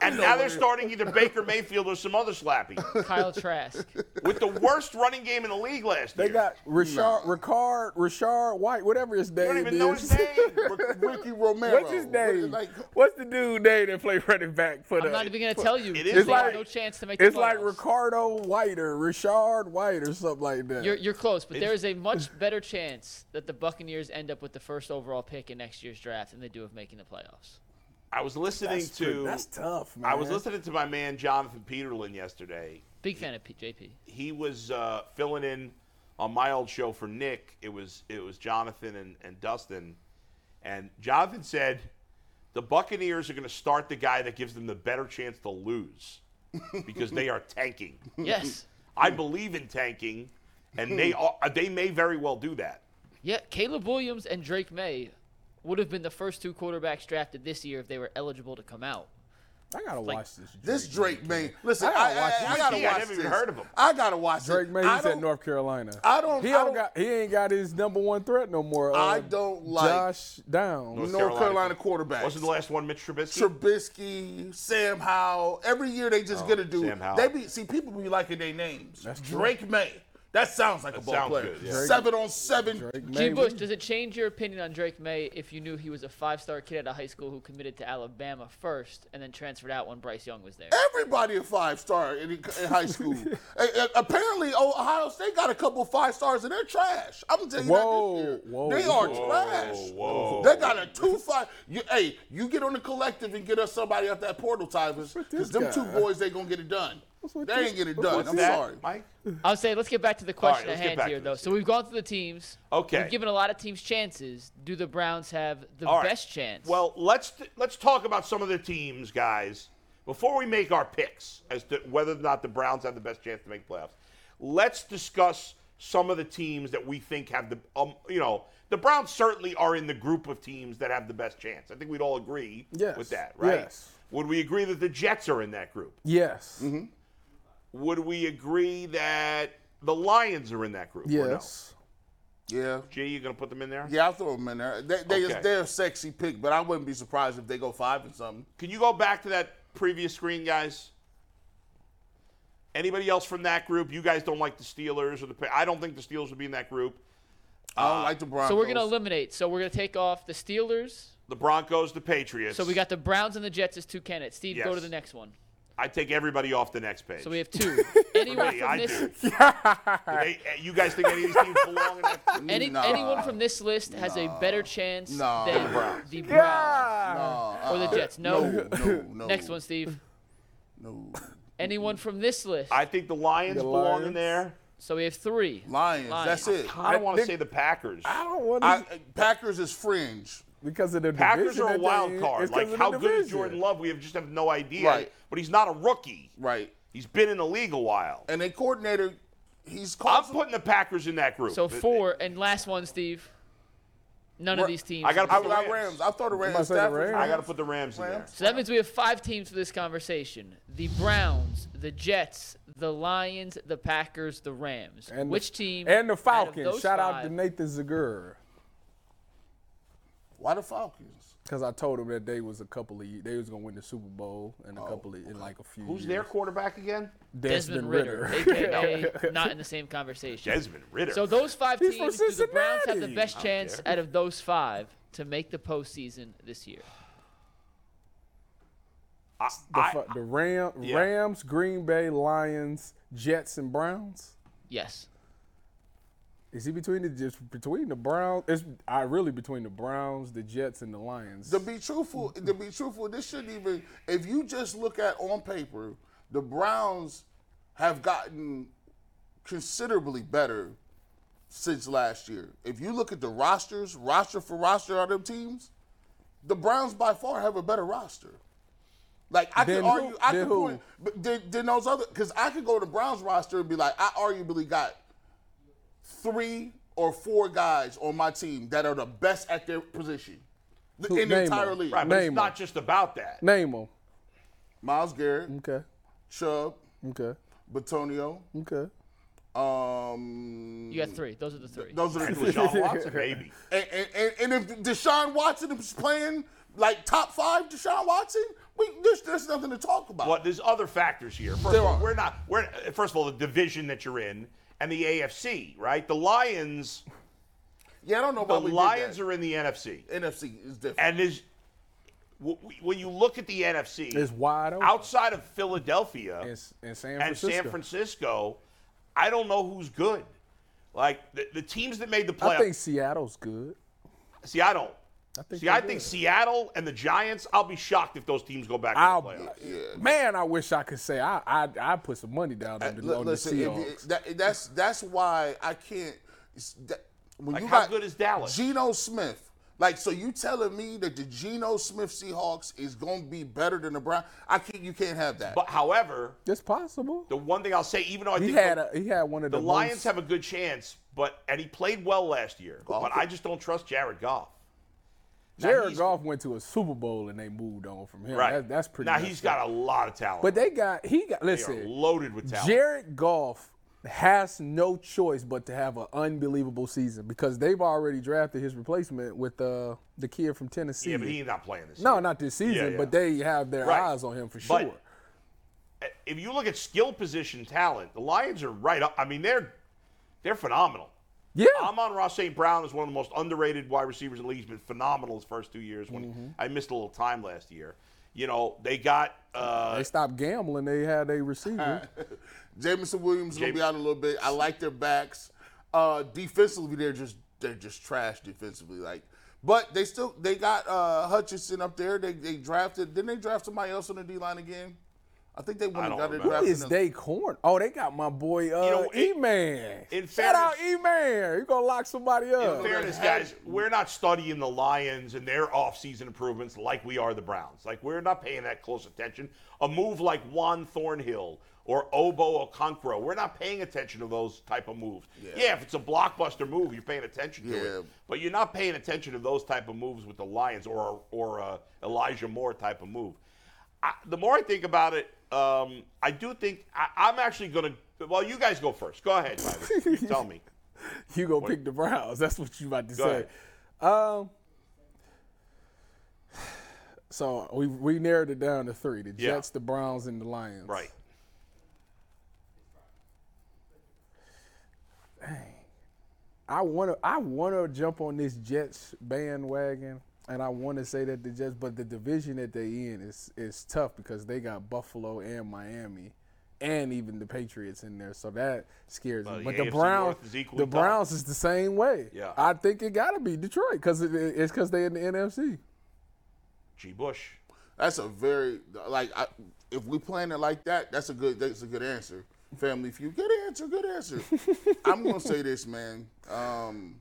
Speaker 2: and now they're starting either Baker Mayfield or some other slappy
Speaker 1: Kyle Trask.
Speaker 2: with the worst running game in the league last
Speaker 4: They
Speaker 2: year.
Speaker 4: got Richard, Ricard, Richard White, whatever his name
Speaker 2: I don't even
Speaker 4: is.
Speaker 2: know his name.
Speaker 3: Ricky Romero.
Speaker 4: What's his name?
Speaker 3: Like,
Speaker 4: What's the dude name that played running back for
Speaker 1: I'm
Speaker 4: the?
Speaker 1: not even gonna tell you.
Speaker 2: It
Speaker 1: because
Speaker 2: is
Speaker 1: they have
Speaker 4: like-
Speaker 1: no chance to make. The
Speaker 4: it's like
Speaker 1: playoffs.
Speaker 4: Ricardo White or Richard White or something like that.
Speaker 1: You're, you're close, but there is a much better chance that the Buccaneers end up with the first overall pick in next year's draft than they do of making the playoffs.
Speaker 2: I was listening
Speaker 4: that's,
Speaker 2: to.
Speaker 4: pretty- that's tough, man.
Speaker 2: I was listening to my man Jonathan Peterlin yesterday.
Speaker 1: Big fan of P- JP.
Speaker 2: He was uh, filling in on my old show for Nick. It was it was Jonathan and, and Dustin, and Jonathan said the Buccaneers are going to start the guy that gives them the better chance to lose because they are tanking.
Speaker 1: Yes.
Speaker 2: I believe in tanking, and they
Speaker 3: Hmm.
Speaker 2: are, they may very well do that.
Speaker 1: Yeah, Caleb Williams and Drake May would have been the first two quarterbacks drafted this year if they were eligible to come out.
Speaker 4: I gotta
Speaker 1: like-
Speaker 4: watch this.
Speaker 3: This Drake May. Listen, I
Speaker 4: I gotta
Speaker 3: I,
Speaker 4: watch
Speaker 3: I,
Speaker 4: this.
Speaker 3: gotta
Speaker 2: Yeah, I
Speaker 3: watch
Speaker 2: never
Speaker 3: this.
Speaker 2: even heard of him.
Speaker 3: I gotta watch
Speaker 4: Drake
Speaker 3: this.
Speaker 4: May,
Speaker 3: I
Speaker 4: he's at
Speaker 3: don't-
Speaker 4: North Carolina.
Speaker 3: I don't-
Speaker 4: He
Speaker 3: I don't-
Speaker 4: got. He ain't got his number one threat no more.
Speaker 3: I
Speaker 4: uh,
Speaker 3: don't like-
Speaker 4: Josh Downs.
Speaker 3: North Carolina quarterbacks.
Speaker 2: Wasn't the last one Mitch Trubisky?
Speaker 3: Trubisky, Sam Howell. Every year they just get a dude.
Speaker 2: Oh, Sam Howell.
Speaker 3: They be see people be liking their names. Drake May. That sounds like a ball
Speaker 2: sounds
Speaker 3: player.
Speaker 2: good, yeah.
Speaker 3: Seven on seven.
Speaker 1: G.
Speaker 4: May
Speaker 1: Bush,
Speaker 4: we-
Speaker 1: does it change your opinion on Drake May if you knew he was a five-star kid out of high school who committed to Alabama first and then transferred out when Bryce Young was there?
Speaker 3: Everybody a five star in, in high school. A- a- Apparently, Ohio State got a couple five stars and they're trash. I'm telling you that
Speaker 4: Whoa,
Speaker 3: this year.
Speaker 4: whoa.
Speaker 3: they are
Speaker 4: Whoa,
Speaker 3: trash.
Speaker 2: whoa.
Speaker 3: They got a two five. You, hey, you get on the collective and get us somebody out that portal, Tivers,
Speaker 4: this
Speaker 3: because them
Speaker 4: guy?
Speaker 3: two boys they gonna get it done.
Speaker 4: with
Speaker 3: They
Speaker 4: this-
Speaker 3: ain't get it
Speaker 4: what's
Speaker 3: done.
Speaker 4: with
Speaker 3: I'm
Speaker 2: That,
Speaker 3: sorry.
Speaker 2: Mike?
Speaker 1: I would say let's get back to the question
Speaker 2: let's
Speaker 1: at
Speaker 2: get
Speaker 1: hand
Speaker 2: back
Speaker 1: here,
Speaker 2: to
Speaker 1: though.
Speaker 2: this.
Speaker 1: So we've gone through the teams.
Speaker 2: Okay.
Speaker 1: We've given a lot of teams chances. Do the Browns have the
Speaker 2: All right.
Speaker 1: best chance?
Speaker 2: Well, let's let's talk about some of the teams, guys, before we make our picks as to whether or not the Browns have the best chance to make playoffs. Let's discuss some of the teams that we think have the um, you know the Browns certainly are in the group of teams that have the best chance. I think we'd all agree
Speaker 4: Yes.
Speaker 2: with that, right?
Speaker 4: Yes.
Speaker 2: Would we agree that the Jets are in that group?
Speaker 4: Yes.
Speaker 2: Would we agree that the Lions are in that group? Or no?
Speaker 4: Yes.
Speaker 3: Yeah.
Speaker 2: Jay, you gonna put them in there?
Speaker 3: Yeah, I'll throw them in there. They, they
Speaker 2: Okay.
Speaker 3: they're a sexy pick, but I wouldn't be surprised if they go five and something.
Speaker 2: Can you go back to that previous screen, guys? Anybody else from that group? You guys don't like the Steelers or the. Pa- I don't think the Steelers would be in that group.
Speaker 3: I don't like the Broncos.
Speaker 1: so we're going to eliminate. So we're going to take off the Steelers.
Speaker 2: The Broncos, the Patriots.
Speaker 1: So we got the Browns and the Jets as two candidates. Steve, go to
Speaker 2: Yes.
Speaker 1: the next one.
Speaker 2: I take everybody off the next page.
Speaker 1: So we have two. Anyone
Speaker 2: Hey, I
Speaker 1: from this,
Speaker 2: do. Do they- eh, you guys think any of these teams belong in that?
Speaker 1: any,
Speaker 3: Nah.
Speaker 1: anyone from this list has a better chance
Speaker 3: Nah.
Speaker 1: than
Speaker 3: The
Speaker 1: Browns. the Browns
Speaker 3: Uh,
Speaker 1: or the Jets. No.
Speaker 3: no, no, no.
Speaker 1: Next one, Steve.
Speaker 3: No.
Speaker 1: Anyone from this list?
Speaker 2: I think the Lions
Speaker 4: The
Speaker 2: belong in
Speaker 4: Lions.
Speaker 2: there.
Speaker 1: so we have three.
Speaker 3: Lions,
Speaker 1: Lions.
Speaker 3: That's it.
Speaker 2: I don't want to
Speaker 4: think-
Speaker 2: say the Packers.
Speaker 4: I don't want to
Speaker 3: I, Packers is fringe.
Speaker 4: because of the
Speaker 2: Packers
Speaker 4: division
Speaker 2: are a
Speaker 4: that they
Speaker 2: wild
Speaker 4: in.
Speaker 2: card.
Speaker 4: It's 'cause
Speaker 2: Like
Speaker 4: of the
Speaker 2: how good is
Speaker 4: division.
Speaker 2: Jordan Love? We have just have no idea.
Speaker 3: Right.
Speaker 2: But he's not a rookie.
Speaker 3: Right.
Speaker 2: He's been in the league a while.
Speaker 3: And a coordinator, he's
Speaker 2: I'm
Speaker 3: called.
Speaker 2: putting the Packers in that group.
Speaker 1: So
Speaker 2: It-
Speaker 1: four and last one, Steve. None of
Speaker 3: Ra-
Speaker 1: these teams.
Speaker 2: I gotta
Speaker 1: are-
Speaker 3: I
Speaker 2: put the
Speaker 3: like
Speaker 2: Rams.
Speaker 3: Rams. I thought the Rams.
Speaker 4: about to say the
Speaker 3: Stafford.
Speaker 4: Rams.
Speaker 2: I got to put the Rams in there.
Speaker 3: Rams.
Speaker 1: So that means we have five teams for this conversation: the Browns, the Jets, the Lions, the Packers, the Rams.
Speaker 4: And the-
Speaker 1: Which team?
Speaker 4: And the
Speaker 1: out of
Speaker 4: Falcons.
Speaker 1: those
Speaker 4: Shout out
Speaker 1: five-
Speaker 4: to Nathan Zagur.
Speaker 3: Why the Falcons?
Speaker 4: Because I told him that they was a couple of ye- they was gonna win the Super Bowl in a couple of in like a few.
Speaker 2: Who's
Speaker 4: years.
Speaker 2: their quarterback again?
Speaker 1: Desmond Ritter, aka not in the same conversation.
Speaker 2: Desmond Ritter.
Speaker 1: So those five
Speaker 4: He's from
Speaker 1: teams, do the Browns have the
Speaker 4: Cincinnati.
Speaker 1: best chance out of those five to make the postseason this year?
Speaker 2: I,
Speaker 4: the,
Speaker 2: I-
Speaker 4: fu- the Ram,
Speaker 2: yeah.
Speaker 4: Rams, Green Bay, Lions, Jets, and Browns.
Speaker 1: Yes.
Speaker 4: Is he between the just between the Browns? It's I really between the Browns, the Jets, and the Lions.
Speaker 3: To be truthful, to be truthful, this shouldn't even. If you just look at on paper, the Browns have gotten considerably better since last year. If you look at the rosters, roster for roster on them teams, the Browns by far have a better roster. Like I
Speaker 4: Then
Speaker 3: can
Speaker 4: who-
Speaker 3: argue, I
Speaker 4: then
Speaker 3: can
Speaker 4: who?
Speaker 3: point, but then, then those other because I could go to Browns roster and be like, I arguably got three or four guys on my team that are the best at their position The-
Speaker 4: Who-
Speaker 3: in the
Speaker 4: name
Speaker 3: entire
Speaker 4: them.
Speaker 3: league.
Speaker 2: right, but it's
Speaker 4: Name
Speaker 2: not
Speaker 4: him.
Speaker 2: just about that.
Speaker 4: Name them.
Speaker 3: Miles Garrett,
Speaker 4: Okay.
Speaker 3: Chubb,
Speaker 4: Okay.
Speaker 3: Batonio.
Speaker 4: Okay.
Speaker 3: Um,
Speaker 1: You got three. Those are the three.
Speaker 3: those are the
Speaker 2: And
Speaker 3: three.
Speaker 2: Deshaun Watson, maybe.
Speaker 3: And, and, and, and if Deshaun Watson is playing like top five, Deshaun Watson, we, there's, there's nothing to talk about.
Speaker 2: But there's other factors here. First
Speaker 3: There
Speaker 2: of all,
Speaker 3: are.
Speaker 2: we're not. We're first of all the division that you're in and the AFC, right? The Lions.
Speaker 3: Yeah, I don't know
Speaker 2: The
Speaker 3: about
Speaker 2: Lions are in the NFC,
Speaker 3: NFC is different.
Speaker 2: and is when you look at the NFC,
Speaker 4: It's wide open.
Speaker 2: outside of Philadelphia
Speaker 4: in, in San
Speaker 2: and
Speaker 4: Francisco.
Speaker 2: San Francisco, I don't know who's good. Like the, the teams that made the
Speaker 4: I think
Speaker 2: playoffs.
Speaker 4: Seattle's good.
Speaker 2: See, I don't.
Speaker 4: I think
Speaker 2: See,
Speaker 4: they're
Speaker 2: I think
Speaker 4: good.
Speaker 2: Seattle and the Giants. I'll be shocked if those teams go back
Speaker 4: I'll
Speaker 2: to the playoffs.
Speaker 4: man, I wish I could say I I I put some money down on
Speaker 3: L-
Speaker 4: the, on the
Speaker 3: Uh, listen, if you-
Speaker 4: Seahawks.
Speaker 3: that- that's that's why I can't. it's- that- when
Speaker 2: Like,
Speaker 3: you
Speaker 2: how
Speaker 3: got
Speaker 2: good is Dallas?
Speaker 3: Geno Smith. Like, so you telling me that the Geno Smith Seahawks is gonna be better than the Brown? I can't. You can't have that.
Speaker 2: But however,
Speaker 4: it's possible.
Speaker 2: the one thing I'll say, even though I
Speaker 4: He
Speaker 2: think
Speaker 4: had
Speaker 2: the,
Speaker 4: a, he had one of the,
Speaker 2: the Lions
Speaker 4: most-
Speaker 2: have a good chance, but and he played well last year, but I just don't trust Jared Goff. Now,
Speaker 4: Jared
Speaker 2: he's-
Speaker 4: Goff went to a Super Bowl and they moved on from him.
Speaker 2: right?
Speaker 4: That- that's pretty.
Speaker 2: Now
Speaker 4: messed
Speaker 2: he's
Speaker 4: up.
Speaker 2: got a lot of talent,
Speaker 4: But they got he got
Speaker 2: they are
Speaker 4: listen.
Speaker 2: loaded with talent.
Speaker 4: Jared Goff has no choice but to have an unbelievable season because they've already drafted his replacement with uh, the kid from Tennessee.
Speaker 2: yeah, but he's not playing this.
Speaker 4: no,
Speaker 2: year.
Speaker 4: not this season,
Speaker 2: Yeah, yeah.
Speaker 4: but they have their
Speaker 2: Right.
Speaker 4: eyes on him for
Speaker 2: But-
Speaker 4: sure.
Speaker 2: if you look at skill position talent, the Lions are right up. I mean, they're They're phenomenal.
Speaker 4: Yeah.
Speaker 2: Amon Ross St. Brown is one of the most underrated wide receivers in the league. He's been phenomenal his first two years. When I missed a little time last year, you know they got uh,
Speaker 4: they stopped gambling. They had a receiver.
Speaker 3: Jamison Williams is gonna be
Speaker 2: James-
Speaker 3: out a little bit. I like their backs. Uh, defensively, they're just they're just trash defensively. Like, but they still they got uh, Hutchinson up there. They they drafted. Didn't they draft somebody else on the D line again? I think they went
Speaker 2: I
Speaker 3: and
Speaker 2: don't
Speaker 3: got it
Speaker 2: remember.
Speaker 4: Who
Speaker 3: drafted.
Speaker 4: is they corn? Oh, they got my boy uh,
Speaker 2: know, it-
Speaker 4: E-Man.
Speaker 2: in
Speaker 4: Shout out
Speaker 2: fairness-
Speaker 4: E-Man. You gonna lock somebody
Speaker 2: In
Speaker 4: up?
Speaker 2: fairness,
Speaker 3: they had-
Speaker 2: guys, we're not studying the Lions and their offseason improvements like we are the Browns. Like, we're not paying that close attention. A move like Juan Thornhill or Obo Okonkwo, we're not paying attention to those type of moves. Yeah, if it's a blockbuster move, you're paying attention to
Speaker 3: Yeah.
Speaker 2: it. But you're not paying attention to those type of moves with the Lions or, or uh, Elijah Moore type of move. I, the more I think about it, um, I do think I, I'm actually going to. Well, you guys go first. Go ahead, Tyler. You tell me.
Speaker 4: You gonna pick the Browns? That's what you about to
Speaker 2: Go
Speaker 4: say. Um. So we we narrowed it down to three: the
Speaker 2: Yeah.
Speaker 4: Jets, the Browns, and the Lions.
Speaker 2: Right.
Speaker 4: I want to I want to jump on this Jets bandwagon, and I want to say that the Jets, but the division that they in is is tough because they got Buffalo and Miami, and even the Patriots in there, so that scares me.
Speaker 2: the
Speaker 4: But the,
Speaker 2: AFC
Speaker 4: Browns,
Speaker 2: North is equally
Speaker 4: the
Speaker 2: tough.
Speaker 4: Browns is the same way.
Speaker 2: Yeah.
Speaker 4: I think it got to be Detroit because it, it's because they in the NFC.
Speaker 2: G. Bush.
Speaker 3: That's a very like I, if we plan it like that, that's a good that's a good answer. Family feud, good answer, good answer. I'm gonna say this, man. Um,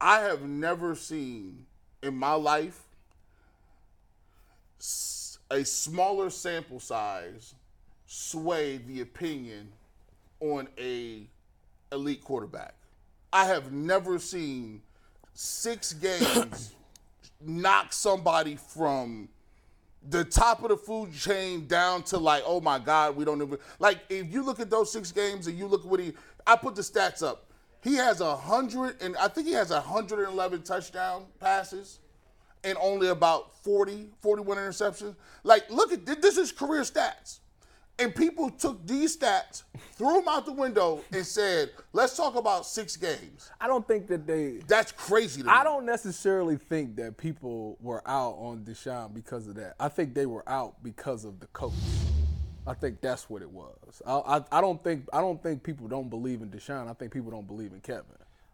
Speaker 3: I have never seen in my life s- a smaller sample size sway the opinion on a elite quarterback. I have never seen six games knock somebody from the top of the food chain down to like, oh my God, we don't even like. If you look at those six games and you look what he, I put the stats up. He has a hundred and I think he has a hundred and eleven touchdown passes, and only about 40, 41 interceptions. Like, look at thi- this is career stats. And people took these stats, threw them out the window, and said, "Let's talk about six games."
Speaker 4: I don't think that they
Speaker 3: That's crazy. To me.
Speaker 4: I don't necessarily think that people were out on Deshaun because of that. I think they were out because of the coach. I think that's what it was. I, I, I don't think I don't think people don't believe in Deshaun. I think people don't believe in Kevin.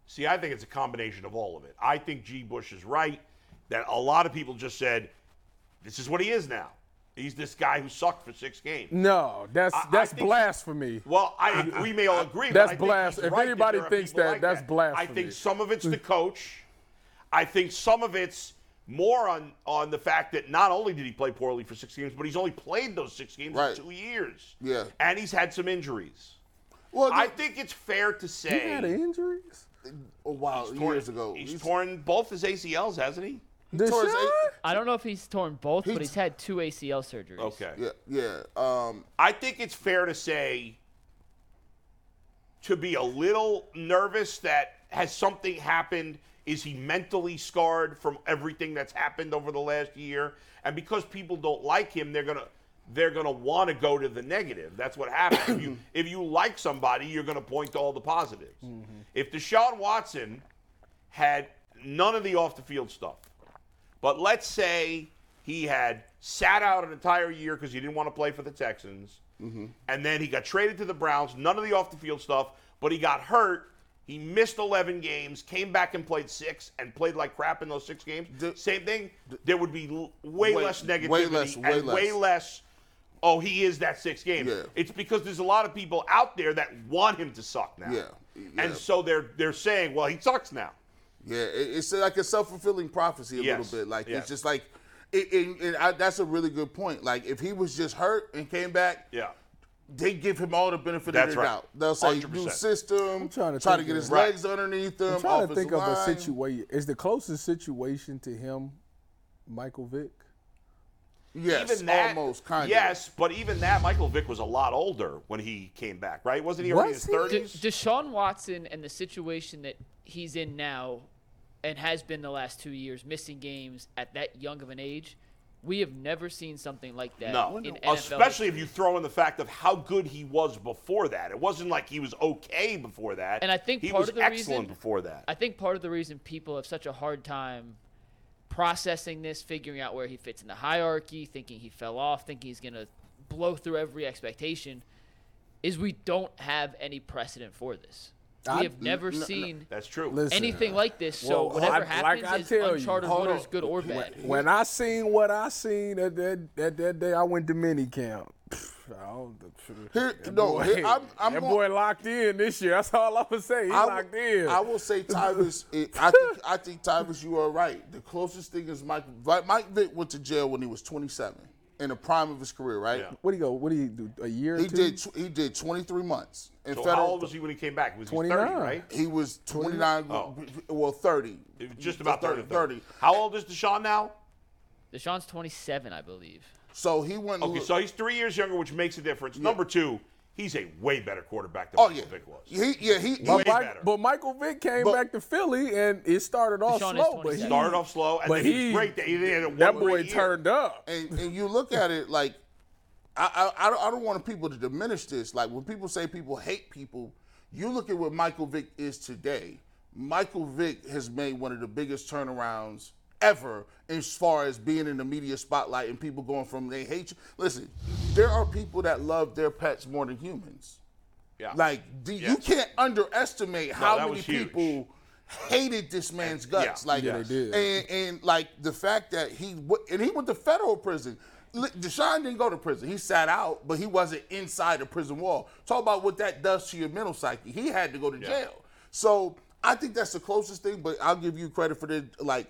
Speaker 2: See, I think it's a combination of all of it. I think G. Bush is right that a lot of people just said, this is what he is now. He's this guy who sucked for six games.
Speaker 4: No, that's
Speaker 2: I- I
Speaker 4: that's
Speaker 2: think-
Speaker 4: blasphemy.
Speaker 2: Well, I we may all agree. but
Speaker 4: That's
Speaker 2: I think he's
Speaker 4: blas- if
Speaker 2: right that
Speaker 4: anybody
Speaker 2: there are
Speaker 4: thinks
Speaker 2: people
Speaker 4: that,
Speaker 2: like
Speaker 4: that's
Speaker 2: I
Speaker 4: blasphemy.
Speaker 2: think some of it's the coach. I think some of it's more on on the fact that not only did he play poorly for six games, but he's only played those six games
Speaker 3: Right.
Speaker 2: in two years.
Speaker 3: Yeah.
Speaker 2: and he's had some injuries.
Speaker 3: Well,
Speaker 2: I
Speaker 3: no-
Speaker 2: think it's fair to
Speaker 4: He
Speaker 2: say
Speaker 4: had injuries.
Speaker 3: Oh, wow,
Speaker 2: he's torn-
Speaker 3: years ago.
Speaker 2: he's, torn both his ACLs, hasn't he?
Speaker 3: tore his
Speaker 4: Deshaun?
Speaker 3: A-
Speaker 1: I don't know if he's torn both, but
Speaker 3: He's-
Speaker 1: he's had two ACL surgeries.
Speaker 2: Okay.
Speaker 3: Yeah, yeah. Um,
Speaker 2: I think it's fair to say to be a little nervous that has something happened. Is he mentally scarred from everything that's happened over the last year? And because people don't like him, they're gonna they're gonna want to go to the negative. That's what happens. if you if you like somebody, you're gonna point to all the positives. If Deshaun Watson had none of the off the field stuff, but let's say he had sat out an entire year because he didn't want to play for the Texans,
Speaker 3: Mm-hmm.
Speaker 2: and then he got traded to the Browns. None of the off the field stuff, but he got hurt. He missed 11 games, came back and played six, and played like crap in those six games.
Speaker 3: The-
Speaker 2: Same thing. There would be l- way,
Speaker 3: Way-
Speaker 2: less negativity
Speaker 3: way less, way
Speaker 2: and way less.
Speaker 3: less.
Speaker 2: Oh, he is that six games.
Speaker 3: Yeah.
Speaker 2: It's because there's a lot of people out there that want him to suck now.
Speaker 3: Yeah, yeah.
Speaker 2: And so they're they're saying, well, he sucks now.
Speaker 3: yeah, it, it's like a self fulfilling prophecy a
Speaker 2: Yes,
Speaker 3: little bit. Like
Speaker 2: yes.
Speaker 3: it's just like, it, and, and I, that's a really good point. Like if he was just hurt and came back,
Speaker 2: Yeah.
Speaker 3: they give him all the benefit
Speaker 2: That's
Speaker 3: of the
Speaker 2: right.
Speaker 3: doubt. They'll say new
Speaker 2: 100%.
Speaker 3: system,
Speaker 4: trying to
Speaker 3: try to
Speaker 4: think
Speaker 3: get
Speaker 4: of-
Speaker 3: his
Speaker 2: Right.
Speaker 3: legs underneath him.
Speaker 4: I'm trying to
Speaker 3: offensive
Speaker 4: think of a
Speaker 3: line.
Speaker 4: situation. Is the closest situation to him Michael Vick?
Speaker 3: Yes,
Speaker 2: even that,
Speaker 3: almost kind of.
Speaker 2: Yes, but even that, Michael Vick was a lot older when he came back, right? Wasn't he already
Speaker 4: Was
Speaker 2: in his 30s?
Speaker 1: De- Deshaun Watson and the situation that he's in now and has been the last two years, missing games at that young of an age, We have never seen something like that.
Speaker 2: No,
Speaker 1: in NFL
Speaker 2: especially if
Speaker 1: history.
Speaker 2: you throw in the fact of how good he was before that. It wasn't like he was okay before that.
Speaker 1: And I think
Speaker 2: he
Speaker 1: part
Speaker 2: was
Speaker 1: of the
Speaker 2: excellent
Speaker 1: reason-
Speaker 2: before that.
Speaker 1: I think part of the reason people have such a hard time processing this, figuring out where he fits in the hierarchy, thinking he fell off, thinking he's going to blow through every expectation, is we don't have any precedent for this. We
Speaker 4: I-
Speaker 1: have never
Speaker 3: n- n-
Speaker 1: seen
Speaker 2: That's true.
Speaker 4: Listen,
Speaker 1: anything like this. So
Speaker 4: Well,
Speaker 1: whatever
Speaker 4: I- like
Speaker 1: happens
Speaker 4: I
Speaker 1: is
Speaker 4: tell you,
Speaker 1: uncharted
Speaker 4: hold
Speaker 1: waters,
Speaker 4: on.
Speaker 1: good or bad.
Speaker 4: When I seen what I seen at that at that day, I went to mini camp. Pff, I don't,
Speaker 3: Here-
Speaker 4: that
Speaker 3: no,
Speaker 4: boy-
Speaker 3: here- I'm- I'm
Speaker 4: that
Speaker 3: gonna-
Speaker 4: boy locked in this year. That's all I'm gonna say. He
Speaker 3: I will-
Speaker 4: locked in.
Speaker 3: I will say Tyrus. it, I think I think Tyrus, you are right. The closest thing is Mike. Vi- Mike Vick went to jail when he was 27 in the prime of his career, right?
Speaker 2: Yeah.
Speaker 4: what do you go? What do you do? A year? or
Speaker 3: He
Speaker 4: two?
Speaker 3: did. tw- He did 23 months in
Speaker 2: So how
Speaker 3: federal.
Speaker 2: old was he when he came back? Was he 30,
Speaker 4: 29.
Speaker 2: right?
Speaker 3: he was 29. Well, 30.
Speaker 2: Oh. It was just about 30,
Speaker 3: 30.
Speaker 2: How old is Deshaun now?
Speaker 1: Deshaun's 27, I believe.
Speaker 3: So he went.
Speaker 2: Okay, so he's three years younger, which makes a difference. Number two, he's a way better quarterback than
Speaker 3: oh yeah,
Speaker 2: Michael Vick was.
Speaker 3: he yeah he. he-
Speaker 4: But,
Speaker 2: Way
Speaker 4: Mike-
Speaker 2: better.
Speaker 4: but Michael Vick came
Speaker 3: But-
Speaker 4: back to Philly and it started off
Speaker 1: Deshaun is
Speaker 4: slow, but
Speaker 1: 27.
Speaker 4: he
Speaker 2: Started off slow, and
Speaker 4: but
Speaker 2: then he
Speaker 4: he-
Speaker 2: was great. They- they had a
Speaker 4: that
Speaker 2: one
Speaker 4: boy
Speaker 2: great year.
Speaker 4: turned up.
Speaker 3: and and you look at it like I, I I don't- I don't want people to diminish this. Like when people say people hate people, you look at what Michael Vick is today. Michael Vick has made one of the biggest turnarounds ever as far as being in the media spotlight and people going from they hate you. Listen, there are people that love their pets more than humans.
Speaker 2: Yeah.
Speaker 3: Like the, you
Speaker 2: Yes.
Speaker 3: can't underestimate how
Speaker 2: that
Speaker 3: many
Speaker 2: was huge.
Speaker 3: people hated this man's guts. Like
Speaker 4: Yeah, they did.
Speaker 3: And, and like the fact that he w- and he went to federal prison. Li- Deshaun didn't go to prison. He sat out, but he wasn't inside the prison wall. Talk about what that does to your mental psyche. He had to go to jail. So I think that's the closest thing. But I'll give you credit for the like.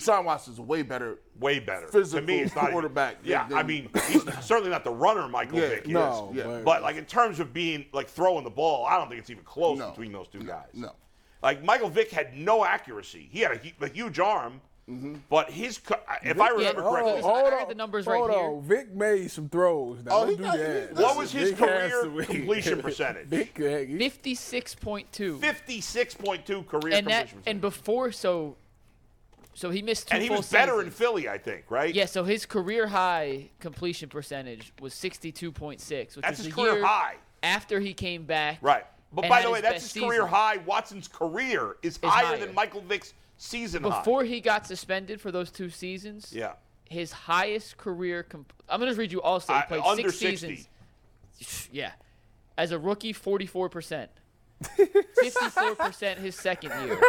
Speaker 3: Sean Watson's a way better.
Speaker 2: way better.
Speaker 3: Physical
Speaker 2: to me, it's not
Speaker 3: quarterback
Speaker 2: Even, yeah,
Speaker 3: than-
Speaker 2: I mean, he's certainly not the runner Michael
Speaker 3: Yeah,
Speaker 2: Vick
Speaker 4: no,
Speaker 2: is.
Speaker 4: Yeah.
Speaker 2: But,
Speaker 4: but-
Speaker 2: like in terms of being like throwing the ball, I don't think it's even close
Speaker 3: No,
Speaker 2: between those two guys.
Speaker 3: no.
Speaker 2: Like Michael Vick had no accuracy. He had a, hu- a huge arm,
Speaker 3: Mm-hmm.
Speaker 2: but his cu- I- if I remember
Speaker 1: hold
Speaker 2: correctly,
Speaker 1: on, hold I got the numbers right
Speaker 4: hold
Speaker 1: here.
Speaker 4: on. Vic made some throws. Now,
Speaker 3: Oh, he
Speaker 4: don't do
Speaker 3: got-
Speaker 4: that.
Speaker 3: he-
Speaker 2: what was his
Speaker 4: Vic has
Speaker 2: career
Speaker 4: to win.
Speaker 2: completion percentage?
Speaker 4: Vic, had- he-
Speaker 1: 56.2.
Speaker 2: Fifty-six point two career
Speaker 1: and that
Speaker 2: completion percentage.
Speaker 1: and before so so he missed two
Speaker 2: And he
Speaker 1: full
Speaker 2: was better in
Speaker 1: seasons.
Speaker 2: Philly, I think, right?
Speaker 1: Yeah, so his career high completion percentage was 62.6, which
Speaker 2: That's
Speaker 1: is
Speaker 2: his
Speaker 1: the
Speaker 2: career
Speaker 1: year
Speaker 2: high.
Speaker 1: after he came back.
Speaker 2: Right. But
Speaker 1: and
Speaker 2: by
Speaker 1: had
Speaker 2: the way,
Speaker 1: his
Speaker 2: that's his
Speaker 1: best
Speaker 2: career
Speaker 1: season.
Speaker 2: high. Watson's career is, higher,
Speaker 1: higher.
Speaker 2: than Michael Vick's season high.
Speaker 1: Before he got suspended for those two seasons,
Speaker 2: Yeah.
Speaker 1: his highest career. Comp- I'm gonna just read you all. So
Speaker 2: I-
Speaker 1: he played
Speaker 2: under
Speaker 1: six
Speaker 2: 60.
Speaker 1: seasons. Yeah, as a rookie, 44 percent. 54 percent his second year.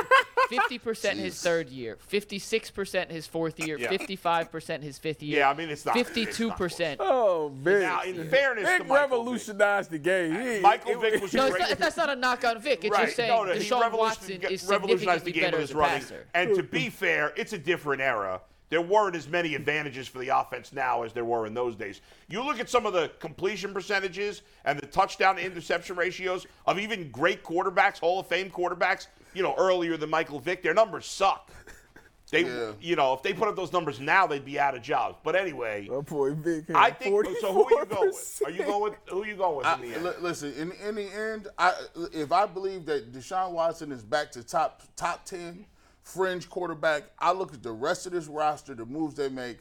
Speaker 1: 50 percent his third year. 56 percent his fourth year.
Speaker 2: Yeah.
Speaker 1: 55 percent his fifth year.
Speaker 2: Yeah, I mean, it's not- it's not
Speaker 1: 52 percent.
Speaker 4: oh, Vic.
Speaker 2: Now, in fairness to
Speaker 4: Vic
Speaker 2: Michael Vick-
Speaker 4: revolutionized the game. He-
Speaker 2: Michael
Speaker 4: it-
Speaker 2: Vick was
Speaker 1: No,
Speaker 2: a
Speaker 1: it's
Speaker 2: great.
Speaker 1: not, that's not a knock on Vic. It's just saying
Speaker 2: he
Speaker 1: Deshaun
Speaker 2: revolutionized
Speaker 1: Watson
Speaker 2: the-
Speaker 1: is
Speaker 2: revolutionized the
Speaker 1: significantly
Speaker 2: game
Speaker 1: better
Speaker 2: with
Speaker 1: as
Speaker 2: his
Speaker 1: a
Speaker 2: running.
Speaker 1: passer.
Speaker 2: And to be fair, it's a different era. There weren't as many advantages for the offense now as there were in those days. You look at some of the completion percentages and the touchdown to interception ratios of even great quarterbacks, Hall of Fame quarterbacks, you know, earlier than Michael Vick, their numbers suck. They,
Speaker 3: Yeah.
Speaker 2: you know, if they put up those numbers now, they'd be out of jobs. But anyway,
Speaker 4: That boy Vic had
Speaker 2: I think. So who are you going with?
Speaker 4: 44%.
Speaker 2: Are you going with who are you going with
Speaker 3: I,
Speaker 2: in the end?
Speaker 3: li- listen, in, in the end, I, if I believe that Deshaun Watson is back to top top ten fringe quarterback, I look at the rest of this roster, the moves they make.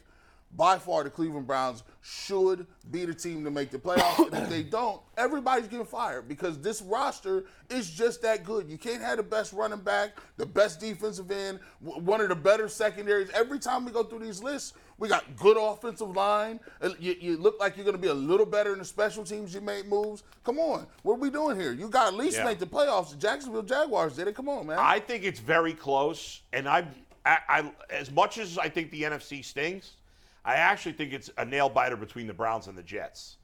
Speaker 3: By far, the Cleveland Browns should be the team to make the playoffs. and if they don't, everybody's getting fired because this roster is just that good. You can't have the best running back, the best defensive end, w- one of the better secondaries. Every time we go through these lists, we got good offensive line. Uh, You, you look like you're going to be a little better in the special teams. You made moves. Come on, what are we doing here? You got at least
Speaker 2: Yeah.
Speaker 3: make the playoffs. The Jacksonville Jaguars did it. Come on, man.
Speaker 2: I think it's very close, and I, I, I as much as I think the NFC stinks, I actually think it's a nail biter between the Browns and the Jets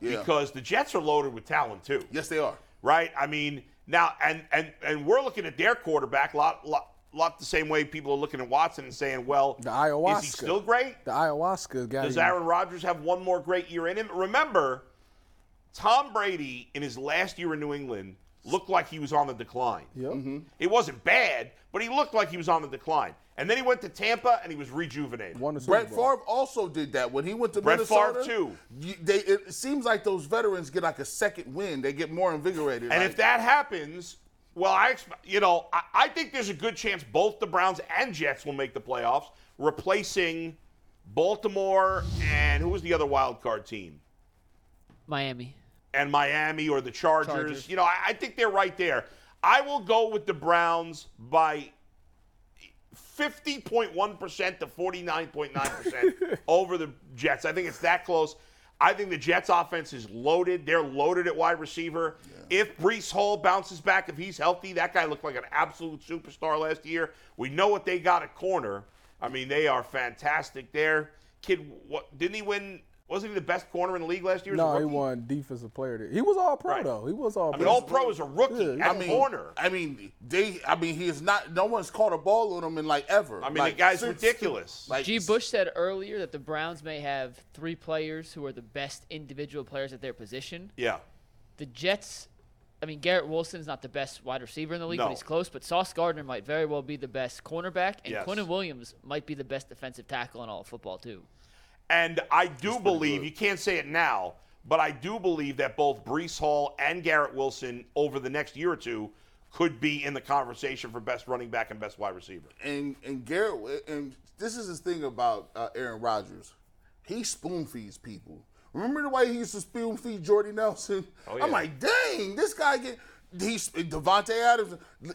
Speaker 3: Yeah.
Speaker 2: because the Jets are loaded with talent too,
Speaker 3: yes, they are.
Speaker 2: right? I mean, now and and and we're looking at their quarterback a lot lot lot the same way people are looking at Watson and saying, well,
Speaker 4: The
Speaker 2: is he
Speaker 4: ayahuasca.
Speaker 2: still great?
Speaker 4: The ayahuasca got
Speaker 2: Does
Speaker 4: him.
Speaker 2: Aaron Rodgers have one more great year in him? Remember, Tom Brady in his last year in New England looked like he was on the decline.
Speaker 4: Yep.
Speaker 2: It wasn't bad, but he looked like he was on the decline. And then he went to Tampa and he was rejuvenated.
Speaker 4: Won the Super
Speaker 3: Brett
Speaker 4: Bowl.
Speaker 3: Favre also did that when he went to
Speaker 2: Brett
Speaker 3: Minnesota.
Speaker 2: Favre, too.
Speaker 3: you- They, it seems like those veterans get like a second win. They get more invigorated.
Speaker 2: and
Speaker 3: like-
Speaker 2: if that happens, well, I expect, you know, I, I think there's a good chance both the Browns and Jets will make the playoffs, replacing Baltimore, and who was the other wild card team?
Speaker 1: Miami.
Speaker 2: and Miami or the Chargers.
Speaker 1: Chargers.
Speaker 2: You know, I, I think they're right there. I will go with the Browns by 50.1% to 49.9% over the Jets. I think it's that close. I think the Jets offense is loaded. They're loaded at wide receiver. If Brees Hall bounces back, if he's healthy, that guy looked like an absolute superstar last year. We know what they got at corner. I mean, they are fantastic there. Kid, what didn't he win? Wasn't he the best corner in the league last year? as a
Speaker 4: No, he
Speaker 2: rookie?
Speaker 4: won defensive player. of the- He was all pro
Speaker 2: Right.
Speaker 4: though. He was all.
Speaker 2: I mean, all pro is a rookie
Speaker 4: Yeah,
Speaker 2: at corner.
Speaker 3: I mean, they. I mean, he is not. No one's caught a ball on him in like ever.
Speaker 2: I mean,
Speaker 3: like,
Speaker 2: the guy's
Speaker 3: since-
Speaker 2: ridiculous.
Speaker 3: Like
Speaker 1: G. Bush said earlier that the Browns may have three players who are the best individual players at their position.
Speaker 2: yeah.
Speaker 1: The Jets, I mean, Garrett Wilson's not the best wide receiver in the league,
Speaker 2: No.
Speaker 1: but he's close. But Sauce Gardner might very well be the best cornerback, and
Speaker 2: Yes.
Speaker 1: Quentin Williams might be the best defensive tackle in all of football, too.
Speaker 2: And I do believe, you can't say it now, but I do believe that both Brees Hall and Garrett Wilson over the next year or two could be in the conversation for best running back and best wide receiver.
Speaker 3: and and Garrett and this is his thing about uh, Aaron Rodgers. He spoon feeds people. Remember the way he used to spoon feed Jordy Nelson?
Speaker 2: Oh, yeah.
Speaker 3: I'm like, dang, this guy get he Devonte Adams. G-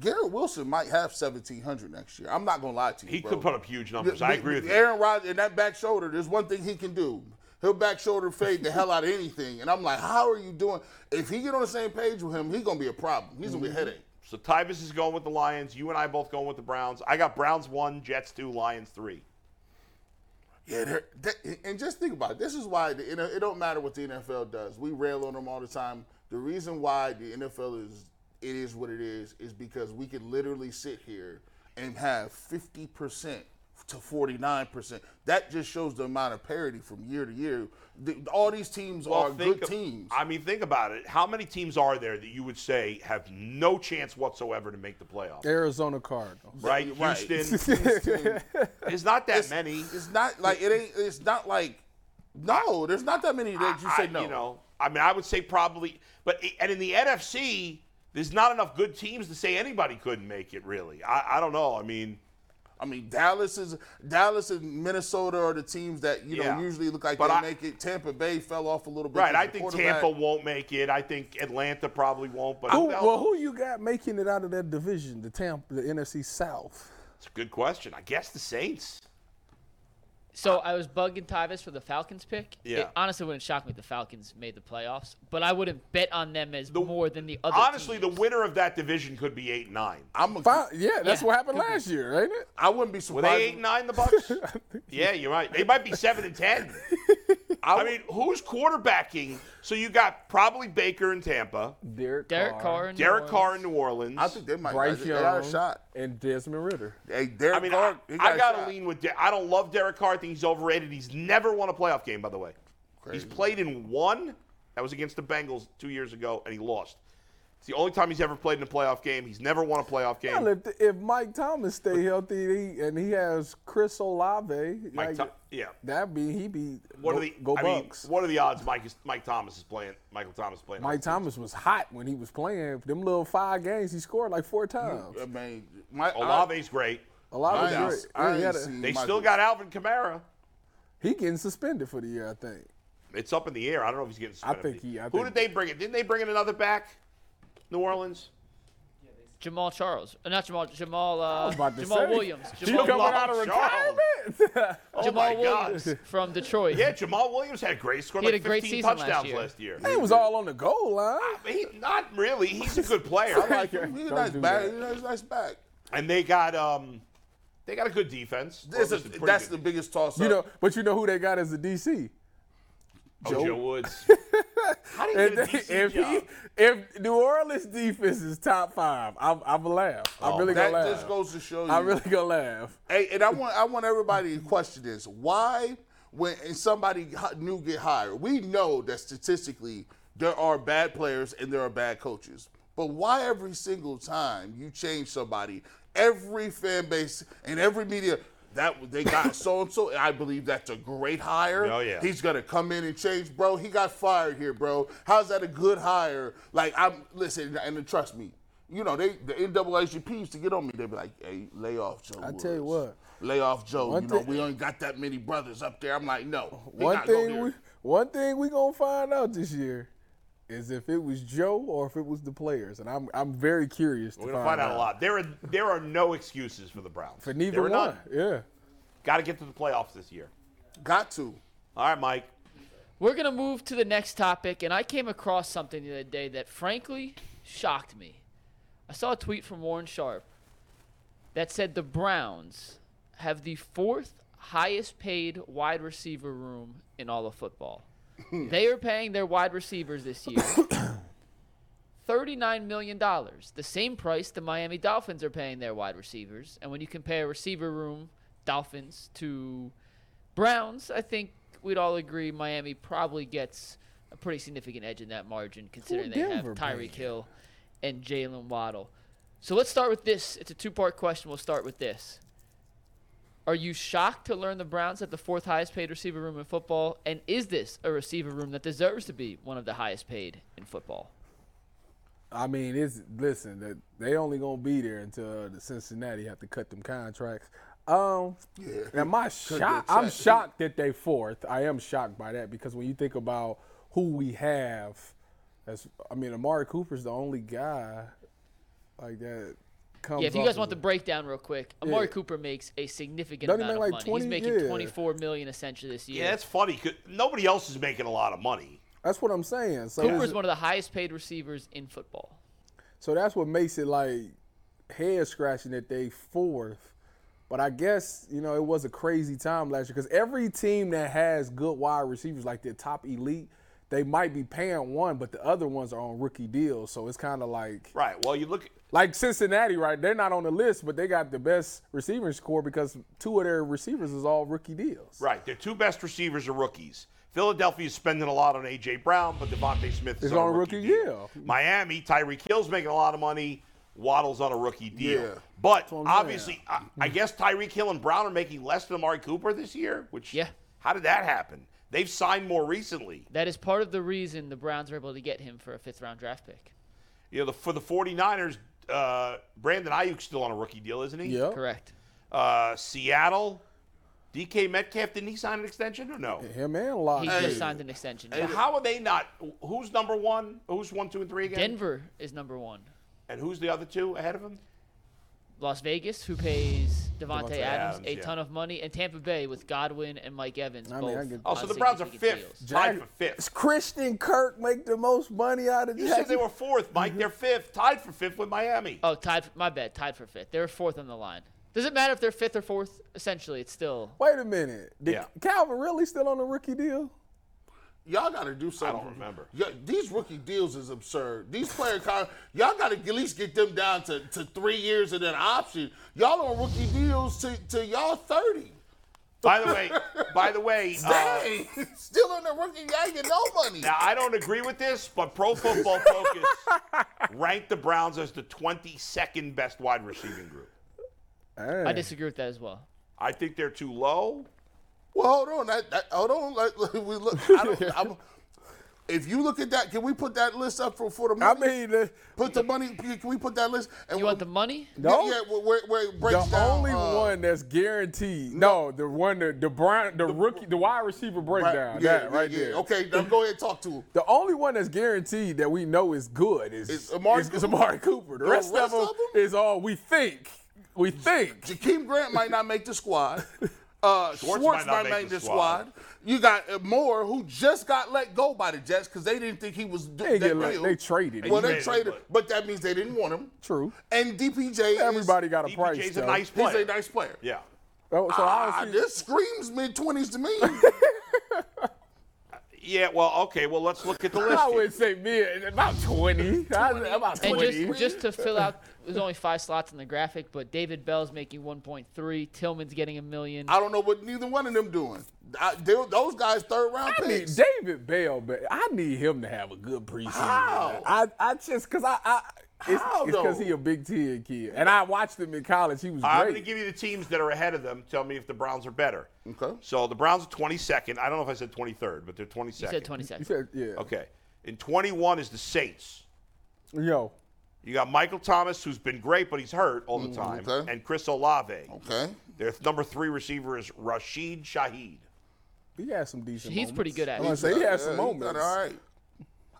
Speaker 3: Garrett Wilson might have 1700 next year. I'm not gonna lie to you.
Speaker 2: He
Speaker 3: bro.
Speaker 2: could put up huge numbers. I agree with you.
Speaker 3: Aaron Rodgers and that back shoulder. There's one thing he can do. He'll back shoulder fade the hell out of anything. And I'm like, how are you doing? If he get on the same page with him, he's gonna be a problem. He's
Speaker 2: Mm-hmm.
Speaker 3: gonna be a headache.
Speaker 2: So Tyvis is going with the Lions. You and I both going with the Browns. I got Browns one, Jets two, Lions three.
Speaker 3: Yeah, they're, that- and just think about it. This is why the, N- it don't matter what the NFL does. We rail on them all the time. The reason why the NFL is it is what it is is because we can literally sit here and have fifty percent to forty nine percent. That just shows the amount of parity from year to year. The, all these teams are
Speaker 2: think
Speaker 3: good
Speaker 2: of-
Speaker 3: teams.
Speaker 2: I mean, think about it. How many teams are there that you would say have no chance whatsoever to make the playoffs?
Speaker 4: Arizona Cardinals.
Speaker 2: Right?
Speaker 3: Right.
Speaker 2: Houston. There's not that many.
Speaker 3: it's not like it ain't. It's not like no. There's not that many that you
Speaker 2: I-
Speaker 3: say no.
Speaker 2: You know, I mean, I would say probably, but and in the NFC, there's not enough good teams to say anybody couldn't make it. Really, I, I don't know. I mean,
Speaker 3: I mean, Dallas is Dallas and Minnesota are the teams that you
Speaker 2: Yeah.
Speaker 3: know usually look like
Speaker 2: But
Speaker 3: they
Speaker 2: I-
Speaker 3: make it. Tampa Bay fell off a little bit.
Speaker 2: right?
Speaker 3: with
Speaker 2: I
Speaker 3: the
Speaker 2: think
Speaker 3: quarterback.
Speaker 2: Tampa won't make it. I think Atlanta probably won't. But
Speaker 4: Who,
Speaker 2: Well,
Speaker 4: well, who you got making it out of that division? The Tampa, the NFC South.
Speaker 2: it's a good question. I guess the Saints.
Speaker 1: So I was bugging Tyvis for the Falcons pick.
Speaker 2: Yeah.
Speaker 1: It honestly wouldn't shock me if the Falcons made the playoffs, but I wouldn't bet on them as more than the other.
Speaker 2: Honestly, the
Speaker 1: teams.
Speaker 2: winner of that division could be eight and nine.
Speaker 3: I'm a,
Speaker 4: Fi- yeah, that's
Speaker 1: Yeah,
Speaker 4: what happened last year, ain't it?
Speaker 3: I wouldn't be
Speaker 2: Were
Speaker 3: surprised.
Speaker 2: they eight and nine? The Bucks. yeah, you're right. They might be seven and ten. I mean, who's quarterbacking? So you got probably Baker in Tampa,
Speaker 4: Derek,
Speaker 1: Derek Carr. and
Speaker 2: Derek
Speaker 1: New
Speaker 2: Carr in
Speaker 1: Orleans.
Speaker 2: New Orleans.
Speaker 3: I think they might.
Speaker 4: Bryce
Speaker 3: they
Speaker 4: Young,
Speaker 3: got a shot.
Speaker 4: and Desmond Ritter.
Speaker 3: Hey, Derek
Speaker 2: I mean,
Speaker 3: Carr,
Speaker 2: I,
Speaker 3: he
Speaker 2: I
Speaker 3: a
Speaker 2: gotta
Speaker 3: shot.
Speaker 2: lean with. Der- I don't love Derek Carr. I think he's overrated. He's never won a playoff game, by the way. He's
Speaker 3: Crazy.
Speaker 2: played in one. That was against the Bengals two years ago, and he lost. It's the only time he's ever played in a playoff game. He's never won a playoff game.
Speaker 4: Hell, if, if Mike Thomas stay healthy and he, and he has Chris Olave,
Speaker 2: Mike
Speaker 4: like,
Speaker 2: Tho- yeah.
Speaker 4: that be he be
Speaker 2: What
Speaker 4: go,
Speaker 2: are the?
Speaker 4: go
Speaker 2: I mean,
Speaker 4: Bucks.
Speaker 2: what are the odds? Mike is, Mike Thomas is playing. Michael Thomas is playing.
Speaker 4: Mike Thomas was hot when he was playing. Them little five games, he scored like four times.
Speaker 3: I mean, my
Speaker 2: Olave's great.
Speaker 4: A lot
Speaker 3: I,
Speaker 4: of
Speaker 3: I,
Speaker 4: great.
Speaker 3: ain't- I
Speaker 4: he,
Speaker 3: ain't
Speaker 4: had a-
Speaker 3: seen
Speaker 2: They
Speaker 3: Michael-
Speaker 2: still got Alvin Kamara.
Speaker 4: he getting suspended for the year, I think.
Speaker 2: It's up in the air. I don't know if he's getting.
Speaker 4: I
Speaker 2: suspended.
Speaker 4: think he- I
Speaker 2: Who
Speaker 4: think-
Speaker 2: did they bring in? Didn't they bring in another back? New Orleans.
Speaker 1: Jamal Charles, uh, not Jamal. Jamal. Uh,
Speaker 4: about to
Speaker 1: Jamal
Speaker 4: say.
Speaker 1: Williams.
Speaker 4: He
Speaker 1: Jamal,
Speaker 4: coming
Speaker 1: Williams-
Speaker 4: out of
Speaker 2: Charles.
Speaker 4: retirement.
Speaker 2: Oh
Speaker 1: Jamal
Speaker 2: my God.
Speaker 1: Williams from Detroit.
Speaker 2: Yeah, Jamal Williams had a great score.
Speaker 1: He
Speaker 2: like
Speaker 1: had a great
Speaker 2: 15
Speaker 1: season last
Speaker 2: touchdowns
Speaker 1: year.
Speaker 2: last year.
Speaker 4: he was all on the goal line.
Speaker 2: He, not really. He's a good player.
Speaker 3: I like him. He's a
Speaker 4: Don't
Speaker 3: nice
Speaker 4: do
Speaker 3: back.
Speaker 4: that.
Speaker 3: He's a nice back.
Speaker 2: and they got um, they got a good defense. Or
Speaker 3: This
Speaker 2: at
Speaker 3: is,
Speaker 2: least a pretty
Speaker 3: that's the
Speaker 2: good-
Speaker 3: biggest toss up.
Speaker 4: You know, but you know who they got as the DC.
Speaker 2: Oh,
Speaker 4: Joe.
Speaker 2: Joe Woods. How do you
Speaker 4: If,
Speaker 2: get a DC
Speaker 4: they- if he,
Speaker 2: job?
Speaker 4: if New Orleans defense is top five, I'm I'm gonna laugh. I'm really
Speaker 3: Oh, that
Speaker 4: gonna laugh.
Speaker 3: just goes to show you.
Speaker 4: I'm really gonna laugh.
Speaker 3: Hey, and I want I want everybody to question this: Why, when somebody hi- new get hired, we know that statistically there are bad players and there are bad coaches. But why every single time you change somebody, every fan base and every media that they got so and so, I believe that's a great hire.
Speaker 2: Oh, yeah.
Speaker 3: he's gonna come in and change, bro. He got fired here, bro. How's that a good hire? Like I'm listen, and trust me, you know, they the NAACP used to get on me. They'd be like, "Hey, lay off Joe."
Speaker 4: I tell you
Speaker 3: Woods.
Speaker 4: what.
Speaker 3: lay off Joe.
Speaker 4: One
Speaker 3: you know,
Speaker 4: thing-
Speaker 3: we ain't got that many brothers up there. I'm like, no. he
Speaker 4: One
Speaker 3: gotta go
Speaker 4: thing
Speaker 3: there.
Speaker 4: we one thing we gonna find out this year is if it was Joe or if it was the players, and I'm I'm very curious.
Speaker 2: We're
Speaker 4: to
Speaker 2: gonna find out a lot. There are there are no excuses for the Browns.
Speaker 4: for
Speaker 2: there
Speaker 4: neither
Speaker 2: are
Speaker 4: one.
Speaker 2: none.
Speaker 4: Yeah,
Speaker 2: Got to get to the playoffs this year.
Speaker 3: got to.
Speaker 2: All right, Mike.
Speaker 1: We're going to move to the next topic, and I came across something the other day that frankly shocked me. I saw a tweet from Warren Sharp that said the Browns have the fourth highest paid wide receiver room in all of football. they are paying their wide receivers this year $39 million, the same price the Miami Dolphins are paying their wide receivers. And when you compare receiver room, Dolphins, to Browns, I think we'd all agree Miami probably gets a pretty significant edge in that margin, considering they have
Speaker 4: Denver
Speaker 1: Tyreek Hill and Jalen Waddle. So let's start with this. It's a two part question. We'll start with this. Are you shocked to learn the Browns have the fourth highest paid receiver room in football? And is this a receiver room that deserves to be one of the highest paid in football?
Speaker 4: I mean, it's listen that they only gonna be there until the Cincinnati have to cut them contracts. Um, am I shocked? I'm
Speaker 3: track.
Speaker 4: shocked that they fourth. I am shocked by that because when you think about who we have, as I mean, Amari Cooper's the only guy like that. Comes
Speaker 1: Yeah, if you
Speaker 4: off
Speaker 1: guys
Speaker 4: as
Speaker 1: want
Speaker 4: a-
Speaker 1: the breakdown real quick, Amari
Speaker 4: Yeah.
Speaker 1: Cooper makes a significant
Speaker 4: Doesn't he
Speaker 1: amount
Speaker 4: make
Speaker 1: of
Speaker 4: like
Speaker 1: money.
Speaker 4: 20?
Speaker 1: He's making
Speaker 4: Yeah.
Speaker 1: 24 million essentially this year.
Speaker 2: Yeah, that's funny. 'cause Nobody else is making a lot of money.
Speaker 4: That's what I'm saying. So,
Speaker 1: Cooper's
Speaker 4: it's-
Speaker 1: one of the highest paid receivers in football.
Speaker 4: so that's what makes it like head scratching that they fourth. But I guess you know it was a crazy time last year because every team that has good wide receivers, like their top elite, they might be paying one, but the other ones are on rookie deals. So it's kind of like
Speaker 2: Right. Well, you look.
Speaker 4: like Cincinnati, right? They're not on the list, but they got the best receiving score because two of their receivers is all rookie deals.
Speaker 2: Right. Their two best receivers are rookies. Philadelphia is spending a lot on A.J. Brown, but Devontae Smith is
Speaker 4: It's
Speaker 2: on a
Speaker 4: on
Speaker 2: rookie,
Speaker 4: rookie
Speaker 2: deal.
Speaker 4: deal.
Speaker 2: Miami, Tyreek Hill's making a lot of money. Waddle's on a rookie deal.
Speaker 3: Yeah.
Speaker 2: But
Speaker 4: what I'm saying.
Speaker 2: obviously, I, I guess Tyreek Hill and Brown are making less than Amari Cooper this year, which,
Speaker 1: Yeah.
Speaker 2: how did that happen? They've signed more recently.
Speaker 1: That is part of the reason the Browns were able to get him for a fifth round draft pick.
Speaker 2: You know, the, for the 49ers, uh, Brandon Ayuk's still on a rookie deal, isn't he?
Speaker 4: Yeah.
Speaker 1: Correct.
Speaker 2: Uh, Seattle, DK Metcalf, didn't he sign an extension or no?
Speaker 4: Him and
Speaker 1: He
Speaker 4: Locke.
Speaker 1: just signed an extension.
Speaker 2: And how are they not? Who's number one? Who's one, two, and three again?
Speaker 1: Denver is number one.
Speaker 2: And who's the other two ahead of him?
Speaker 1: Las Vegas, who pays Devontae
Speaker 2: Devontae
Speaker 1: Adams,
Speaker 2: Adams,
Speaker 1: a
Speaker 2: yeah.
Speaker 1: ton of money, and Tampa Bay with Godwin and Mike Evans.
Speaker 4: I mean,
Speaker 1: both
Speaker 4: I get-
Speaker 2: Oh,
Speaker 1: on
Speaker 2: so the Browns are
Speaker 1: significant
Speaker 2: fifth,
Speaker 1: deals.
Speaker 2: tied for fifth.
Speaker 4: Christian Kirk make the most money out of
Speaker 2: You said they were fourth, Mike. They're fifth, tied for fifth with Miami.
Speaker 1: Oh, tied. For, my bad. Tied for fifth. They're fourth on the line. Does it matter if they're fifth or fourth? Essentially, it's still.
Speaker 4: Wait a minute. Did
Speaker 2: Yeah.
Speaker 4: Calvin really still on the rookie deal?
Speaker 3: Y'all got to do something.
Speaker 2: remember.
Speaker 3: Yeah, these rookie deals is absurd. These player con- y'all got to at least get them down to, to three years and an option. Y'all on rookie deals to, to y'all 30.
Speaker 2: By the way, by the way, uh,
Speaker 3: Dang, still on the rookie, y'all get no money.
Speaker 2: now I don't agree with this, but Pro Football Focus ranked the Browns as the 22nd best wide receiving group.
Speaker 1: I disagree with that as well.
Speaker 2: I think they're too low.
Speaker 3: Well, hold on. That, that, hold on. Like, like, we look. I don't, I'm, if you look at that, can we put that list up for, for the
Speaker 4: I
Speaker 3: money?
Speaker 4: mean, the,
Speaker 3: put the money. Can we put that list? And
Speaker 1: You want the money?
Speaker 4: No.
Speaker 3: Yeah, yeah, where, where it
Speaker 4: the
Speaker 3: breaks down,
Speaker 4: only
Speaker 3: uh,
Speaker 4: one that's guaranteed. No, the one that the Brown, the rookie, the wide receiver breakdown.
Speaker 3: yeah,
Speaker 4: that
Speaker 3: yeah,
Speaker 4: right
Speaker 3: yeah.
Speaker 4: there.
Speaker 3: Okay, now go ahead and talk to him.
Speaker 4: The only one that's guaranteed that we know is good is
Speaker 3: It's Amari
Speaker 4: is, is Amari Cooper. The, rest,
Speaker 3: rest
Speaker 4: of, them
Speaker 3: of 'em?
Speaker 4: is all we think. We think.
Speaker 3: Jakeem Grant might not make the squad. Uh, Schwartz, might not make, the squad. You got uh, Moore, who just got let go by the Jets because they didn't think he was do-
Speaker 4: They
Speaker 3: that
Speaker 4: get let-
Speaker 3: real.
Speaker 4: they traded him.
Speaker 3: Well, they
Speaker 2: Traded,
Speaker 3: traded,
Speaker 2: but-
Speaker 3: but that means they didn't want him.
Speaker 4: True.
Speaker 3: And DPJ,
Speaker 4: Everybody
Speaker 3: is,
Speaker 4: got a price.
Speaker 2: DPJ's
Speaker 4: Though.
Speaker 2: a nice
Speaker 3: he's
Speaker 2: player.
Speaker 3: a nice player.
Speaker 2: yeah.
Speaker 4: Oh, so
Speaker 3: Ah,
Speaker 4: honestly,
Speaker 3: this screams mid twenties to me.
Speaker 2: Yeah, well, okay, well, let's look at the list.
Speaker 4: I
Speaker 2: here.
Speaker 4: would say mid about twenty. I- About
Speaker 1: And
Speaker 4: twenty.
Speaker 1: just, just to fill out, there's only five slots in the graphic, but David Bell's making 1.3. Tillman's getting a million.
Speaker 3: I don't know what neither one of them doing. I, they, those guys third round
Speaker 4: I need
Speaker 3: picks.
Speaker 4: David Bell, but I need him to have a good preseason.
Speaker 3: How?
Speaker 4: I, I just because I, I it's
Speaker 3: How,
Speaker 4: because
Speaker 3: though?
Speaker 4: he a Big Ten kid, and I watched him in college. He was
Speaker 2: I'm
Speaker 4: great.
Speaker 2: going to give you the teams that are ahead of them. Tell me if the Browns are better.
Speaker 3: Okay.
Speaker 2: So the Browns are 22nd. I don't know if I said 23rd, but they're 22nd.
Speaker 1: You said 22nd.
Speaker 4: He said, yeah,
Speaker 2: Okay. In 21 is the Saints.
Speaker 4: yo,
Speaker 2: You got Michael Thomas, who's been great, but he's hurt all
Speaker 4: Mm,
Speaker 2: the time,
Speaker 3: okay.
Speaker 2: and Chris Olave.
Speaker 3: Okay.
Speaker 2: Their number three receiver is Rashid Shaheed.
Speaker 4: He had some decent.
Speaker 1: He's pretty good at
Speaker 4: I'm gonna
Speaker 1: it.
Speaker 4: say he
Speaker 3: Yeah,
Speaker 4: had some
Speaker 3: he's
Speaker 4: moments.
Speaker 3: done All right.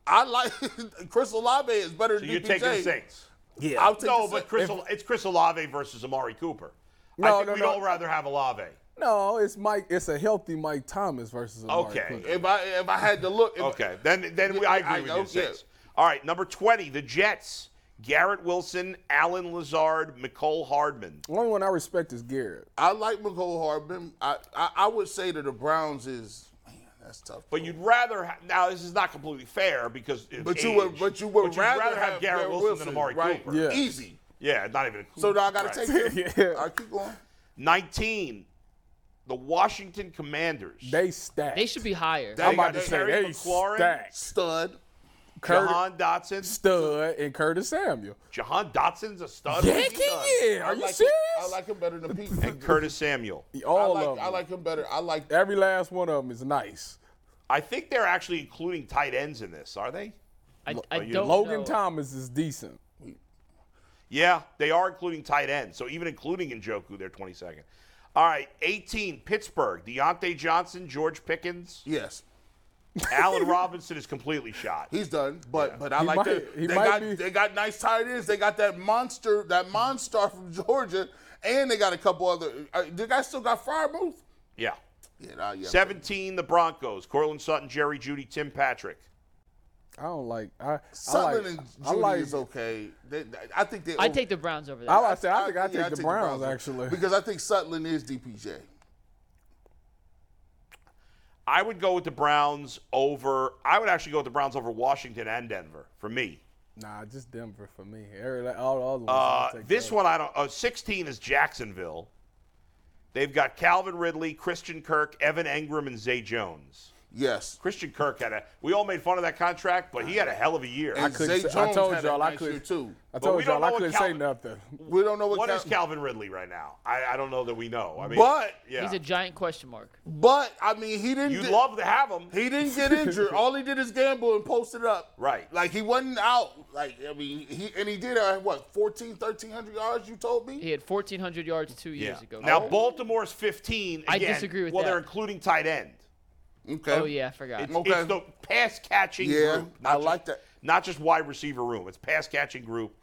Speaker 3: I like Chris Olave is better
Speaker 2: So
Speaker 3: than
Speaker 2: you're
Speaker 3: DPJ.
Speaker 2: taking the Saints.
Speaker 4: Yeah.
Speaker 3: I'll take
Speaker 2: No,
Speaker 3: the
Speaker 2: but
Speaker 3: Saints.
Speaker 2: Chris, Ol- it's Chris Olave versus Amari Cooper. I
Speaker 4: No,
Speaker 2: think
Speaker 4: no,
Speaker 2: we'd
Speaker 4: no.
Speaker 2: all rather have Olave.
Speaker 4: no, it's Mike. It's a healthy Mike Thomas versus. Amari
Speaker 2: Okay.
Speaker 4: Cooper.
Speaker 3: If I if I had to look, if,
Speaker 2: Okay, then then we,
Speaker 3: Yeah,
Speaker 2: I
Speaker 3: I-
Speaker 2: agree with you.
Speaker 3: okay.
Speaker 2: Saints. All right, number twenty, the Jets. Garrett Wilson, Alan Lazard, Nicole Hardman.
Speaker 4: The only one I respect is Garrett.
Speaker 3: I like McCole Harbin. I, I I would say that the Browns is man, that's tough.
Speaker 2: But you'd rather ha- now this is not completely fair because it's
Speaker 3: But you
Speaker 2: age,
Speaker 3: would but you would
Speaker 2: you'd
Speaker 3: rather,
Speaker 2: have, Garrett Wilson, than Amari
Speaker 3: right?
Speaker 2: Cooper.
Speaker 4: Yeah.
Speaker 3: Easy.
Speaker 2: Yeah, not even. A
Speaker 3: So now I gotta
Speaker 2: Right.
Speaker 3: take him.
Speaker 4: Yeah.
Speaker 3: I keep going.
Speaker 2: nineteen. The Washington Commanders.
Speaker 4: They stacked.
Speaker 1: They should be higher.
Speaker 3: That-
Speaker 4: I'm about
Speaker 2: got
Speaker 4: to say
Speaker 2: Terry
Speaker 4: they
Speaker 2: McLaurin,
Speaker 4: stacked.
Speaker 3: Stud.
Speaker 4: Curtis
Speaker 2: Jahan Dotson.
Speaker 4: Stud and Curtis Samuel.
Speaker 2: Jahan Dotson's a stud.
Speaker 4: Yankee, yeah. Are
Speaker 3: I
Speaker 4: you
Speaker 3: like him-
Speaker 4: serious?
Speaker 3: I like him better than Pete.
Speaker 2: And Curtis Samuel.
Speaker 3: I
Speaker 4: All
Speaker 3: like,
Speaker 4: of them.
Speaker 3: I like him better. I like
Speaker 4: Every last one of them is nice.
Speaker 2: I think they're actually including tight ends in this, are they?
Speaker 1: I, I
Speaker 2: you-
Speaker 1: don't
Speaker 4: Logan
Speaker 1: know.
Speaker 4: Thomas is decent.
Speaker 2: Yeah, they are including tight ends. So even including Njoku, they're 22nd. All right, 18, Pittsburgh. Deontay Johnson, George Pickens.
Speaker 3: yes.
Speaker 2: Allen Robinson is completely shot.
Speaker 3: He's done, but but I
Speaker 4: He
Speaker 3: like
Speaker 4: might-
Speaker 3: that.
Speaker 4: he
Speaker 3: They
Speaker 4: might
Speaker 3: got
Speaker 4: be-
Speaker 3: they got nice tight ends. They got that monster that monster from Georgia, and they got a couple other. Uh, the guy still got Firemouth.
Speaker 2: Yeah.
Speaker 3: Yeah, nah, yeah.
Speaker 2: 17, the Broncos. Corlin Sutton, Jerry Judy, Tim Patrick.
Speaker 4: I don't like. I, I
Speaker 3: Sutton
Speaker 4: like,
Speaker 3: and
Speaker 4: I
Speaker 3: Judy
Speaker 4: like,
Speaker 3: is okay. They, I think they.
Speaker 1: I take the Browns over there.
Speaker 4: I like. I think I,
Speaker 3: yeah,
Speaker 4: take the Browns, actually.
Speaker 3: because I think Sutton is DPJ.
Speaker 2: I would go with the Browns over. I would actually go with the Browns over Washington and Denver for me.
Speaker 4: nah, just Denver for me. Every, all the other ones.
Speaker 2: Uh,
Speaker 4: I'll take
Speaker 2: this
Speaker 4: that.
Speaker 2: one, I don't. Uh, 16 is Jacksonville. They've got Calvin Ridley, Christian Kirk, Evan Engram, and Zay Jones.
Speaker 3: Yes.
Speaker 2: Christian Kirk had a. We all made fun of that contract, but he had a hell of a year.
Speaker 3: And
Speaker 4: couldn't
Speaker 3: Zay
Speaker 4: say- I
Speaker 3: Jones
Speaker 4: told
Speaker 3: had
Speaker 4: y'all
Speaker 3: a
Speaker 4: I
Speaker 3: nice
Speaker 4: couldn't-
Speaker 3: year too.
Speaker 4: I
Speaker 2: But we don't
Speaker 4: told y'all I
Speaker 2: know what
Speaker 4: couldn't
Speaker 2: Calvin-
Speaker 4: say nothing.
Speaker 3: We don't know what.
Speaker 2: What is
Speaker 3: Cal-
Speaker 2: Calvin Ridley right now? I, I don't know that we know. I mean,
Speaker 3: But-
Speaker 2: yeah,
Speaker 1: He's a giant question mark.
Speaker 3: But I mean, he didn't.
Speaker 2: you'd
Speaker 3: di-
Speaker 2: love to have him.
Speaker 3: He didn't get injured. All he did is gamble and post it up.
Speaker 2: Right.
Speaker 3: Like he wasn't out. Like I mean, he and he did uh, what 14, 1300 yards. You told me.
Speaker 1: He had 1,400 yards two years ago.
Speaker 2: Now Baltimore's 15.
Speaker 1: I
Speaker 2: again.
Speaker 1: disagree with
Speaker 2: well,
Speaker 1: that.
Speaker 2: they're including tight end.
Speaker 3: Okay.
Speaker 1: oh yeah, I forgot.
Speaker 2: It's,
Speaker 3: Okay.
Speaker 2: it's the pass catching
Speaker 3: Yeah,
Speaker 2: group.
Speaker 3: I
Speaker 2: just-
Speaker 3: like that.
Speaker 2: Not just wide receiver room. It's pass catching group.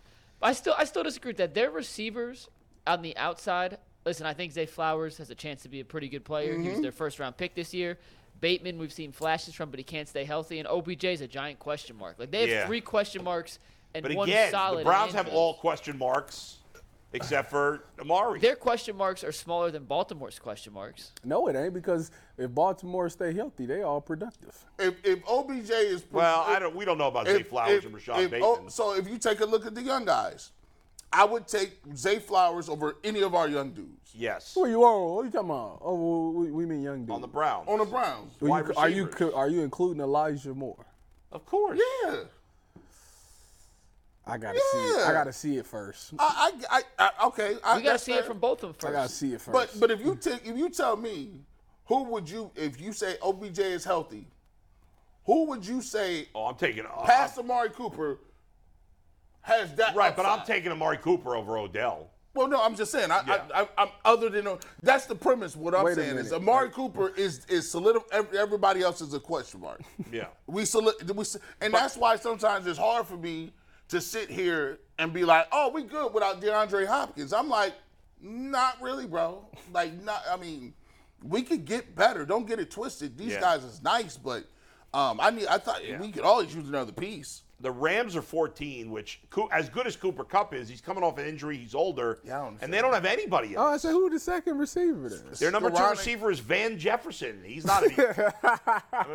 Speaker 1: I still I still disagree with that. Their receivers on the outside. Listen, I think Zay Flowers has a chance to be a pretty good player. He
Speaker 2: Mm-hmm.
Speaker 1: was their first round pick this year. Bateman, we've seen flashes from, but he can't stay healthy. And OBJ is a giant question mark. Like they have
Speaker 2: Yeah.
Speaker 1: three question marks and
Speaker 2: But
Speaker 1: one
Speaker 2: again,
Speaker 1: solid.
Speaker 2: the Browns have
Speaker 1: Andrews.
Speaker 2: all question marks except for Amari.
Speaker 1: Their question marks are smaller than Baltimore's question marks.
Speaker 4: No, it ain't because if Baltimore stay healthy, they all productive.
Speaker 3: If if OBJ is
Speaker 2: well, I don't. We don't know about Zay Flowers and Rashad
Speaker 3: if-
Speaker 2: Bateman.
Speaker 3: oh, so if you take a look at the young guys, I would take Zay Flowers over any of our young dudes
Speaker 2: yes,
Speaker 4: What you are? What you talking about? Oh, we, we mean young dude.
Speaker 2: on the Browns.
Speaker 3: on the Browns.
Speaker 4: Are you,
Speaker 2: wide
Speaker 4: are you
Speaker 2: receivers.
Speaker 4: co- are you including Elijah Moore?
Speaker 2: of course.
Speaker 3: Yeah.
Speaker 4: I gotta see. It.
Speaker 3: Yeah.
Speaker 4: I gotta see it first.
Speaker 3: I, I, I, I okay. I,
Speaker 1: We got to
Speaker 3: that's
Speaker 1: see
Speaker 3: fair.
Speaker 1: it from both of them
Speaker 4: I
Speaker 1: first.
Speaker 4: gotta see it first.
Speaker 3: But but if you take if you tell me who would you if you say OBJ is healthy, who would you say
Speaker 2: Oh, I'm taking. Uh,
Speaker 3: past Amari Cooper has that
Speaker 2: Right, but I'm
Speaker 3: upside.
Speaker 2: taking Amari Cooper over Odell.
Speaker 3: Well, no, I'm just saying. I,
Speaker 2: Yeah.
Speaker 3: I, I, I'm other than uh, that's the premise. What I'm
Speaker 4: Wait a
Speaker 3: saying is
Speaker 4: minute.
Speaker 3: Amari Cooper is is solid. Everybody else is a question mark.
Speaker 2: Yeah.
Speaker 3: we solid. We s- and that's why sometimes it's hard for me to sit here and be like, "Oh, we good without DeAndre Hopkins." I'm like, not really, bro. Like, not. I mean, we could get better. Don't get it twisted. These
Speaker 2: Yeah.
Speaker 3: guys is nice, but um, I need. I thought
Speaker 2: Yeah.
Speaker 3: we could always use another piece.
Speaker 2: The Rams are 14, which Coo- as good as Cooper Cup is, he's coming off an injury. He's older,
Speaker 3: Yeah, I don't
Speaker 2: and they don't have anybody
Speaker 4: oh,
Speaker 2: else.
Speaker 4: I said who the second receiver then?
Speaker 2: Their number two
Speaker 3: Skoranek.
Speaker 2: receiver is Van Jefferson. He's not. A, I, mean,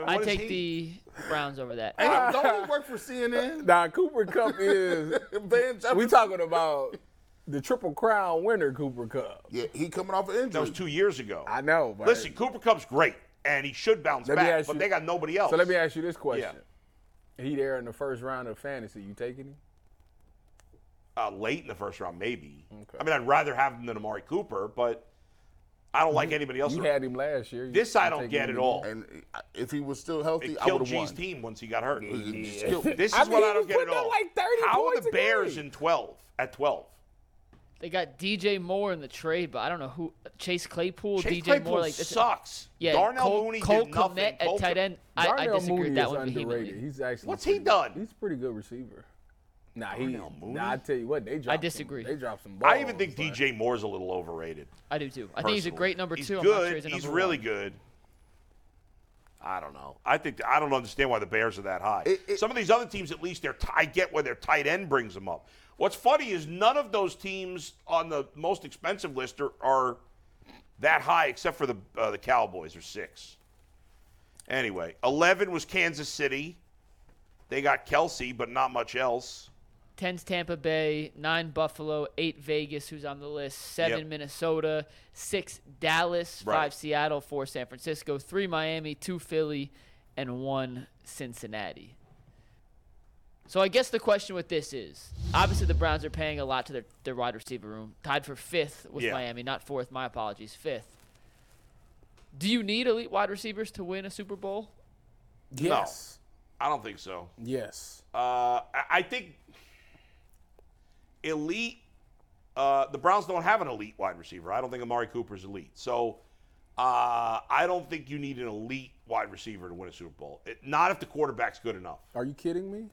Speaker 1: I
Speaker 2: what is
Speaker 1: take
Speaker 2: he?
Speaker 1: the Browns over that.
Speaker 3: Hey, don't he work for CNN?
Speaker 4: Nah, Cooper Cup is.
Speaker 3: Van
Speaker 4: we
Speaker 3: Jefferson?
Speaker 4: talking about the Triple Crown winner, Cooper Cup.
Speaker 3: Yeah, he coming off an injury.
Speaker 2: That was two years ago.
Speaker 4: I know, but
Speaker 2: Listen, Cooper Cup's great, and he should bounce
Speaker 4: Let me
Speaker 2: back,
Speaker 4: ask
Speaker 2: but
Speaker 4: you-
Speaker 2: they got nobody else.
Speaker 4: So let me ask you this question: He there in the first round of fantasy, you taking him?
Speaker 2: uh, late in the first round, maybe.
Speaker 4: Okay.
Speaker 2: I mean, I'd rather have him than Amari Cooper, but I don't like anybody else.
Speaker 4: You
Speaker 2: around.
Speaker 4: had him last year. You-
Speaker 2: This I
Speaker 4: you
Speaker 2: don't
Speaker 4: take
Speaker 2: get at
Speaker 4: him in.
Speaker 2: all.
Speaker 3: And if he was still healthy,
Speaker 2: It
Speaker 3: I
Speaker 2: killed
Speaker 3: would have
Speaker 2: G's
Speaker 3: won.
Speaker 2: team once he got hurt.
Speaker 3: Yeah.
Speaker 2: Just killed- This is
Speaker 4: I mean,
Speaker 2: what
Speaker 4: he
Speaker 2: I don't
Speaker 4: was
Speaker 2: get at
Speaker 4: putting up
Speaker 2: all.
Speaker 4: like 30
Speaker 2: How are
Speaker 4: points
Speaker 2: the
Speaker 4: a
Speaker 2: Bears
Speaker 4: game.
Speaker 2: in 12 at 12?
Speaker 1: They got DJ Moore in the trade, but I don't know who Chase Claypool,
Speaker 2: Chase
Speaker 1: DJ
Speaker 2: Claypool
Speaker 1: Moore, like this.
Speaker 2: sucks.
Speaker 1: Yeah,
Speaker 2: Darnell
Speaker 1: Cole,
Speaker 2: Mooney
Speaker 1: Cole
Speaker 2: did nothing.
Speaker 1: Kmet
Speaker 2: Cole
Speaker 1: at tight
Speaker 2: Kmet-
Speaker 1: end. I, I
Speaker 4: Darnell
Speaker 1: disagree with
Speaker 4: Mooney
Speaker 1: that
Speaker 4: is
Speaker 1: one
Speaker 4: underrated.
Speaker 1: vehemently.
Speaker 4: He's actually
Speaker 2: What's he
Speaker 4: pretty-
Speaker 2: done?
Speaker 4: He's a pretty good receiver. Nah, he.
Speaker 2: Darnell Mooney?
Speaker 4: Nah, I tell you what, they dropped. some-
Speaker 1: disagree.
Speaker 4: they dropped some balls.
Speaker 2: I even think
Speaker 4: like-
Speaker 2: DJ Moore's a little overrated.
Speaker 1: I do too. I think he's a
Speaker 2: personally.
Speaker 1: great number
Speaker 2: He's
Speaker 1: two. I'm
Speaker 2: good.
Speaker 1: not sure he's a
Speaker 2: he's
Speaker 1: number
Speaker 2: really
Speaker 1: one.
Speaker 2: good. I don't know. I think I don't understand why the Bears are that high.
Speaker 3: It- it-
Speaker 2: Some of these other teams, at least, they're t- I get where their tight end brings them up. What's funny is none of those teams on the most expensive list are, are that high, except for the uh, the Cowboys are six. Anyway, eleven was Kansas City. They got Kelsey, but not much else.
Speaker 1: Ten's Tampa Bay, nine Buffalo, eight Vegas, who's on the list, seven
Speaker 2: Yep.
Speaker 1: Minnesota, six Dallas,
Speaker 2: Right.
Speaker 1: five Seattle, four San Francisco, three Miami, two Philly, and one Cincinnati. So I guess the question with this is obviously the Browns are paying a lot to their, their wide receiver room, tied for fifth with
Speaker 2: Yeah.
Speaker 1: Miami, not fourth, my apologies, fifth. Do you need elite wide receivers to win a Super Bowl?
Speaker 4: Yes.
Speaker 2: I don't think so.
Speaker 4: Yes.
Speaker 2: Uh, I- I think elite. Uh, the Browns don't have an elite wide receiver. I don't think Amari Cooper's elite. So uh, I don't think you need an elite wide receiver to win a Super Bowl. It- not if the quarterback's good enough.
Speaker 4: Are you kidding me?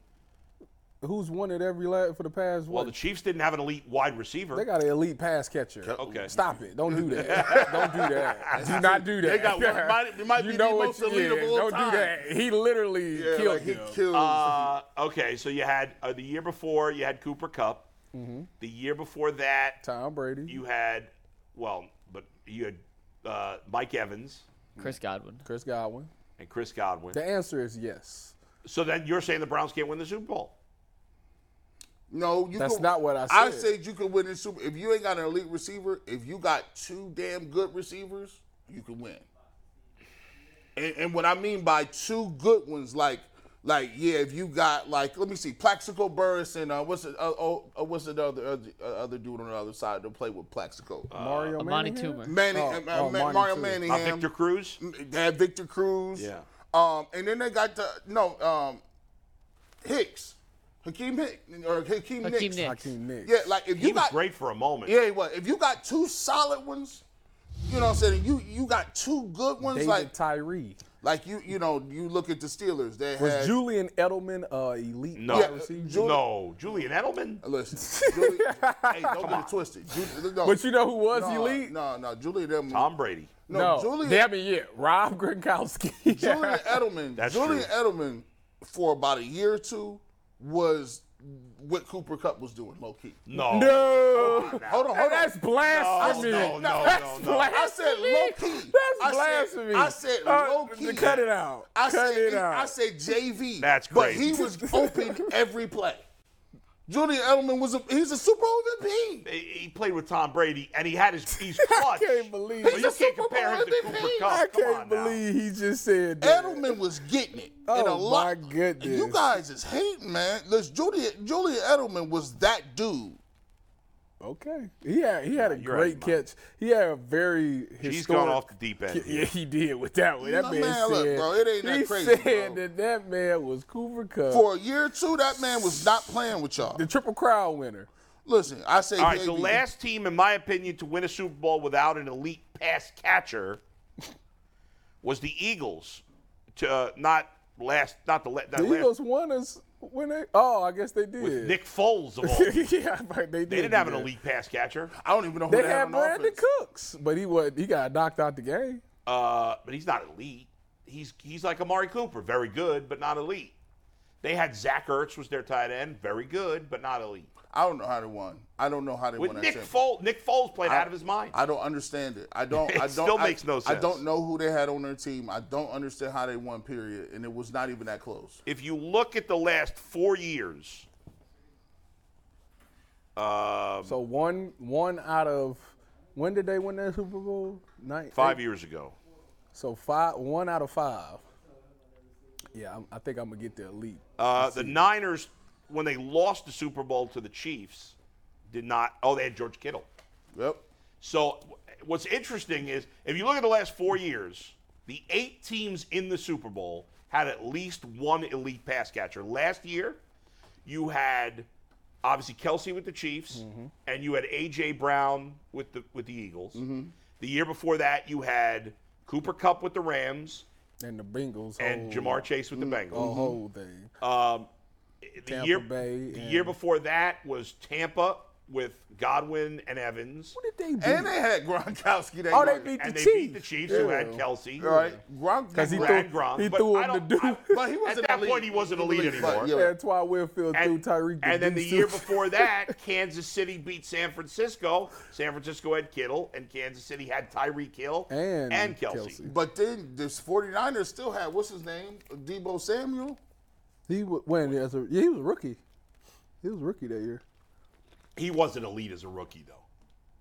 Speaker 4: Who's won it every lap for the past?
Speaker 2: Well,
Speaker 4: What?
Speaker 2: the Chiefs didn't have an elite wide receiver.
Speaker 4: they got an elite pass catcher.
Speaker 2: Okay.
Speaker 4: Stop it! Don't do that. don't do that. Do not do that.
Speaker 3: They got one- might- it might be the most
Speaker 4: you-
Speaker 3: elite of all
Speaker 4: Don't
Speaker 3: time.
Speaker 4: do that. He literally
Speaker 3: Yeah,
Speaker 4: killed
Speaker 3: like, he
Speaker 4: them.
Speaker 3: killed.
Speaker 2: uh, okay, so you had uh, the year before you had Cooper Cup.
Speaker 4: Mm-hmm.
Speaker 2: The year before that
Speaker 4: Tom Brady.
Speaker 2: you had well, but you had uh, Mike Evans
Speaker 1: Chris Godwin.
Speaker 4: Chris Godwin.
Speaker 2: and Chris Godwin.
Speaker 4: The answer is yes.
Speaker 2: So then you're saying the Browns can't win the Super Bowl?
Speaker 3: no, you
Speaker 4: That's
Speaker 3: could-
Speaker 4: not what I
Speaker 3: I
Speaker 4: said.
Speaker 3: said you could win in Super. If you ain't got an elite receiver, if you got two damn good receivers, you can win. And, and what I mean by two good ones, like, like yeah, if you got like, let me see, Plaxico Burris and uh, what's the uh, oh, uh, what's the other other, uh, other dude on the other side to play with Plaxico?
Speaker 4: Mario
Speaker 1: Amani
Speaker 4: Manningham?
Speaker 1: Toomer.
Speaker 3: Manny,
Speaker 4: Oh,
Speaker 3: uh, uh,
Speaker 4: oh,
Speaker 3: Ma-
Speaker 4: Marnie
Speaker 3: Mario
Speaker 2: Uh,
Speaker 4: too.
Speaker 3: Manningham.
Speaker 2: Victor Cruz?
Speaker 3: They had Victor Cruz.
Speaker 2: Yeah.
Speaker 3: Um, and then they got the no um, Hicks, Hakeem Hicks or Hakeem,
Speaker 1: Hakeem
Speaker 3: Nicks.
Speaker 1: Nicks.
Speaker 4: Hakeem Nicks.
Speaker 3: Yeah, like if
Speaker 2: He
Speaker 3: you
Speaker 2: was
Speaker 3: got
Speaker 2: great for a moment.
Speaker 3: yeah, what if you got two solid ones? You know what I'm saying? You you got two good ones
Speaker 4: David
Speaker 3: like
Speaker 4: Tyree.
Speaker 3: like you you know you look at the Steelers. They
Speaker 4: Was
Speaker 3: had
Speaker 4: Julian Edelman uh, elite
Speaker 2: No.
Speaker 4: wide
Speaker 2: Yeah,
Speaker 4: receiver?
Speaker 3: Ju-
Speaker 2: No, Julian Edelman.
Speaker 3: listen. Julie, hey, don't get it twisted. Ju- no,
Speaker 4: but you know who was
Speaker 3: no,
Speaker 4: elite?
Speaker 3: No, no, Julian Edelman.
Speaker 2: Tom Brady.
Speaker 3: no, Julian,
Speaker 4: Damn it, yeah. Rob Gronkowski.
Speaker 3: Julian Edelman.
Speaker 2: That's
Speaker 3: Julian
Speaker 2: true.
Speaker 3: Edelman for about a year or two was what Cooper Cup was doing, low key.
Speaker 2: No.
Speaker 4: No.
Speaker 3: Hold on,
Speaker 4: Hey,
Speaker 3: hold on.
Speaker 4: Oh, that's blasphemy.
Speaker 2: No, no, no,
Speaker 4: that's
Speaker 2: no, no.
Speaker 4: blasphemy.
Speaker 3: I said low-key.
Speaker 4: That's
Speaker 3: I said-
Speaker 4: blasphemy.
Speaker 3: I said
Speaker 4: Uh,
Speaker 3: low-key.
Speaker 4: Cut it out.
Speaker 3: I
Speaker 4: cut
Speaker 3: said
Speaker 4: it
Speaker 3: it-
Speaker 4: out.
Speaker 3: I said JV.
Speaker 2: That's
Speaker 3: But
Speaker 2: crazy.
Speaker 3: he was open every play. Julian Edelman was a he's a Super Bowl MVP.
Speaker 2: He he played with Tom Brady, and he had his he's clutch.
Speaker 4: can't believe
Speaker 2: But
Speaker 4: it.
Speaker 2: you
Speaker 3: He's a
Speaker 2: can't
Speaker 3: Super
Speaker 2: compare
Speaker 3: Bowl
Speaker 2: him to Cooper
Speaker 3: MVP.
Speaker 2: Cup.
Speaker 4: I
Speaker 2: Come
Speaker 4: can't
Speaker 2: on now.
Speaker 4: believe he just said that.
Speaker 3: Edelman was getting it. and a
Speaker 4: Oh,
Speaker 3: lot.
Speaker 4: my goodness.
Speaker 3: You guys is hating, man. Listen, Julian Julian Edelman was that dude.
Speaker 4: Okay. He had he had a
Speaker 2: you're out
Speaker 4: great
Speaker 2: of your mind.
Speaker 4: catch. He had a very historic.
Speaker 2: He's gone off the deep end.
Speaker 4: Yeah, he did with that one. That
Speaker 3: Nah,
Speaker 4: man,
Speaker 3: man,
Speaker 4: said,
Speaker 3: look, bro, it ain't that
Speaker 4: he
Speaker 3: crazy,
Speaker 4: said
Speaker 3: bro.
Speaker 4: that that man was Cooper Cup,
Speaker 3: For a year or two, that man was not playing with y'all.
Speaker 4: the triple crown winner.
Speaker 3: Listen, I say
Speaker 2: All right, the
Speaker 3: JV.
Speaker 2: last team, in my opinion, to win a Super Bowl without an elite pass catcher was the Eagles. To uh, not last, not the, la- that
Speaker 4: The
Speaker 2: last
Speaker 4: Eagles won us when they. Oh, I guess they did.
Speaker 2: with Nick Foles of all. They
Speaker 4: yeah, but they did.
Speaker 2: didn't
Speaker 4: do
Speaker 2: have an
Speaker 4: that.
Speaker 2: elite pass catcher,
Speaker 3: I don't even know who
Speaker 4: They
Speaker 3: they had
Speaker 4: had
Speaker 3: on
Speaker 4: Brandon
Speaker 3: offense.
Speaker 4: Cooks, but he was he got knocked out the game.
Speaker 2: uh, but he's not elite. He's he's like Amari Cooper, very good but not elite. They had Zach Ertz was their tight end, very good but not elite.
Speaker 3: I don't know how they won. I don't know how they
Speaker 2: With
Speaker 3: won that
Speaker 2: Nick
Speaker 3: championship.
Speaker 2: Foles, Nick Foles played out of his mind.
Speaker 3: I don't understand it. I don't.
Speaker 2: It
Speaker 3: I don't.
Speaker 2: still
Speaker 3: I-
Speaker 2: makes no
Speaker 3: I
Speaker 2: sense.
Speaker 3: don't know who they had on their team. I don't understand how they won. Period. And it was not even that close.
Speaker 2: if you look at the last four years, um,
Speaker 4: So one one out of when did they win that Super Bowl? Nine,
Speaker 2: five
Speaker 4: eight-
Speaker 2: years ago,
Speaker 4: So five one out of five. Yeah, I'm, I think I'm gonna get the elite.
Speaker 2: uh, the Niners, when they lost the Super Bowl to the Chiefs, did not. Oh, they had George Kittle.
Speaker 3: Yep.
Speaker 2: So wh- what's interesting is if you look at the last four years, the eight teams in the Super Bowl had at least one elite pass catcher. Last year, you had obviously Kelsey with the Chiefs,
Speaker 4: Mm-hmm.
Speaker 2: and you had AJ Brown with the with the Eagles.
Speaker 4: Mm-hmm.
Speaker 2: The year before that, you had Cooper Cup with the Rams
Speaker 4: And the Bengals
Speaker 2: and
Speaker 4: whole,
Speaker 2: Jamar Chase Uh, with the
Speaker 4: the
Speaker 2: Bengals.
Speaker 4: whole thing.
Speaker 2: the
Speaker 4: Mm-hmm. Oh, Tampa
Speaker 2: year
Speaker 4: Bay
Speaker 2: the
Speaker 4: and-
Speaker 2: year before that was Tampa with Godwin and Evans.
Speaker 4: What did they do?
Speaker 3: And they had Gronkowski. That
Speaker 4: Oh, they
Speaker 3: year.
Speaker 4: beat
Speaker 2: and
Speaker 4: the
Speaker 2: they
Speaker 4: Chiefs.
Speaker 2: beat the Chiefs, who had
Speaker 4: Yeah.
Speaker 2: Kelsey.
Speaker 3: All right, Gronk.
Speaker 4: 'Cause he
Speaker 2: Who
Speaker 4: threw-
Speaker 2: had Gronk,
Speaker 4: he
Speaker 2: but
Speaker 4: threw
Speaker 2: I
Speaker 4: him to
Speaker 2: don't-
Speaker 4: do.
Speaker 2: I-
Speaker 3: But he wasn't
Speaker 2: at that
Speaker 3: elite.
Speaker 2: point, he wasn't
Speaker 3: He was
Speaker 2: elite
Speaker 3: elite, but,
Speaker 2: anymore.
Speaker 3: yeah.
Speaker 4: That's why Will Field threw
Speaker 2: And,
Speaker 4: Tyreek. to
Speaker 2: and then the
Speaker 4: Deuce.
Speaker 2: year before that, Kansas City beat San Francisco. San Francisco had Kittle, and Kansas City had Tyreek Hill
Speaker 4: And
Speaker 2: Kelsey.
Speaker 4: Kelsey.
Speaker 3: But then this 49ers still had what's his name, Debo Samuel.
Speaker 4: he wa- when as a yeah, he was a rookie. He was a rookie that year.
Speaker 2: He wasn't elite as a rookie, though.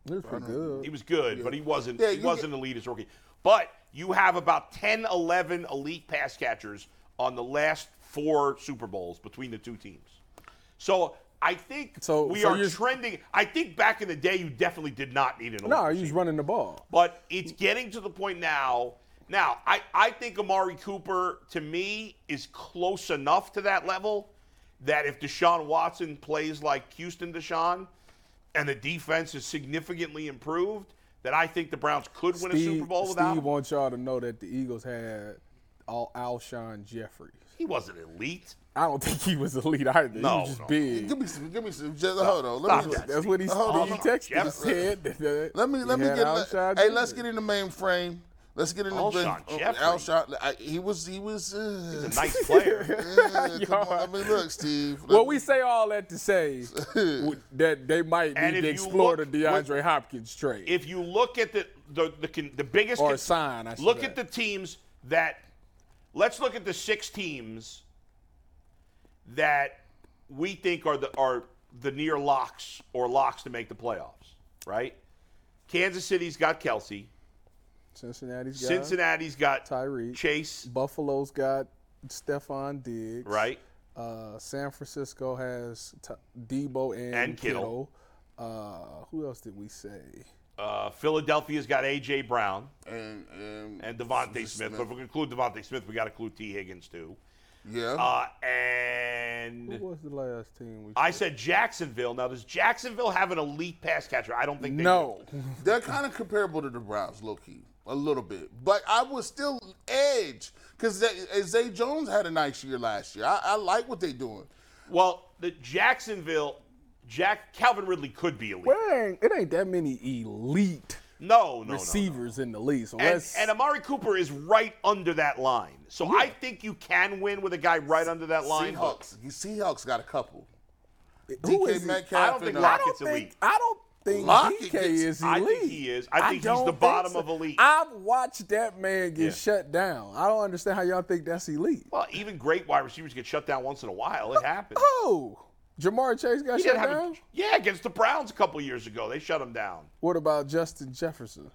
Speaker 4: He was pretty good.
Speaker 2: He was good, but he wasn't.
Speaker 3: Yeah,
Speaker 2: he
Speaker 3: you
Speaker 2: wasn't elite as a rookie. But you have about 10, 11 elite pass catchers on the last four Super Bowls between the two teams. So I think
Speaker 4: So-
Speaker 2: we
Speaker 4: so
Speaker 2: are
Speaker 4: you're-
Speaker 2: trending. I think back in the day, you definitely did not need an. elite
Speaker 4: No, he was
Speaker 2: receiver.
Speaker 4: running the ball.
Speaker 2: But it's getting to the point now. Now, I, I think Amari Cooper, to me, is close enough to that level that if Deshaun Watson plays like Houston Deshaun and the defense is significantly improved, that I think the Browns could win a Super Bowl without
Speaker 4: Steve
Speaker 2: him.
Speaker 4: wants y'all to know that the Eagles had all Alshon Jeffries.
Speaker 2: He wasn't elite.
Speaker 4: I don't think he was elite either.
Speaker 2: No,
Speaker 4: he was just
Speaker 2: no.
Speaker 4: big.
Speaker 3: Give me some. Give me some. Just, hold on. Let me.
Speaker 2: Stop that.
Speaker 4: That's what he, he
Speaker 3: Hold on.
Speaker 4: texted. He
Speaker 2: Jeffries.
Speaker 4: said that- that
Speaker 3: Let me.
Speaker 4: he
Speaker 3: Let me
Speaker 4: had
Speaker 3: get.
Speaker 4: Alshon
Speaker 3: hey, let's
Speaker 4: Jeffries.
Speaker 3: get in the mainframe. Let's get in the
Speaker 2: Alshon
Speaker 3: main- oh,
Speaker 2: Jeffrey.
Speaker 3: Alshon. I, he was. He was. Uh,
Speaker 2: He's a nice player.
Speaker 3: uh, come on. I mean, look, Steve.
Speaker 4: Well,
Speaker 3: let-
Speaker 4: we say all that to say w- that they might
Speaker 2: And
Speaker 4: need to
Speaker 2: if you
Speaker 4: explore the
Speaker 2: look-
Speaker 4: DeAndre Hopkins trade
Speaker 2: if you look at the the the, con- the biggest
Speaker 4: or
Speaker 2: con-
Speaker 4: sign. I should
Speaker 2: look
Speaker 4: add.
Speaker 2: at the teams that let's look at the six teams that we think are the are the near locks or locks to make the playoffs, right? Kansas City's got Kelsey.
Speaker 4: Cincinnati's got
Speaker 2: Cincinnati's got
Speaker 4: Tyreek.
Speaker 2: Chase,
Speaker 4: Buffalo's got Stephon Diggs.
Speaker 2: right?
Speaker 4: Uh, San Francisco has t- Debo and,
Speaker 2: And Kittle.
Speaker 4: Kittle. Uh, who else did we say?
Speaker 2: Uh, Philadelphia's got AJ Brown
Speaker 3: and, and,
Speaker 2: and Devontae Smith. But if we include Devontae Smith, we got to include T. Higgins too.
Speaker 3: Yeah.
Speaker 2: Uh,
Speaker 4: Who
Speaker 2: and
Speaker 4: was the last team we?
Speaker 2: I said Jacksonville. Now does Jacksonville have an elite pass catcher? I don't think they
Speaker 4: no.
Speaker 2: do.
Speaker 3: They're kind of comparable to the Browns, low key, a little bit. But I would still edge because Zay Jones had a nice year last year. I, I like what they're doing.
Speaker 2: Well, the Jacksonville, Jack Calvin Ridley could be elite.
Speaker 4: Dang, it ain't that many elite
Speaker 2: no, no, no, no.
Speaker 4: receivers in the league. So
Speaker 2: And,
Speaker 4: let's.
Speaker 2: and Amari Cooper is right under that line, so I think you can win with a guy right under that line. but
Speaker 3: Seahawks, you Seahawks got a couple.
Speaker 4: who
Speaker 3: DK
Speaker 4: is he?
Speaker 3: Metcalf.
Speaker 2: I don't think
Speaker 3: and, uh,
Speaker 4: I
Speaker 2: Lock-
Speaker 4: don't
Speaker 2: Lockett's
Speaker 4: think.
Speaker 2: elite.
Speaker 4: I don't think
Speaker 3: Lockett
Speaker 4: DK
Speaker 3: gets-
Speaker 4: is
Speaker 2: I
Speaker 4: elite.
Speaker 2: think he is. I think he's the
Speaker 4: don't think
Speaker 2: bottom
Speaker 4: so.
Speaker 2: of elite.
Speaker 4: I've watched that man get
Speaker 2: Yeah.
Speaker 4: shut down. I don't understand how y'all think that's elite.
Speaker 2: Well, even great wide receivers get shut down once in a while. It happens.
Speaker 4: Oh, Jamar Chase got
Speaker 2: He
Speaker 4: shut
Speaker 2: didn't have a-
Speaker 4: down.
Speaker 2: yeah, against the Browns a couple years ago, they shut him down.
Speaker 4: What about Justin Jefferson?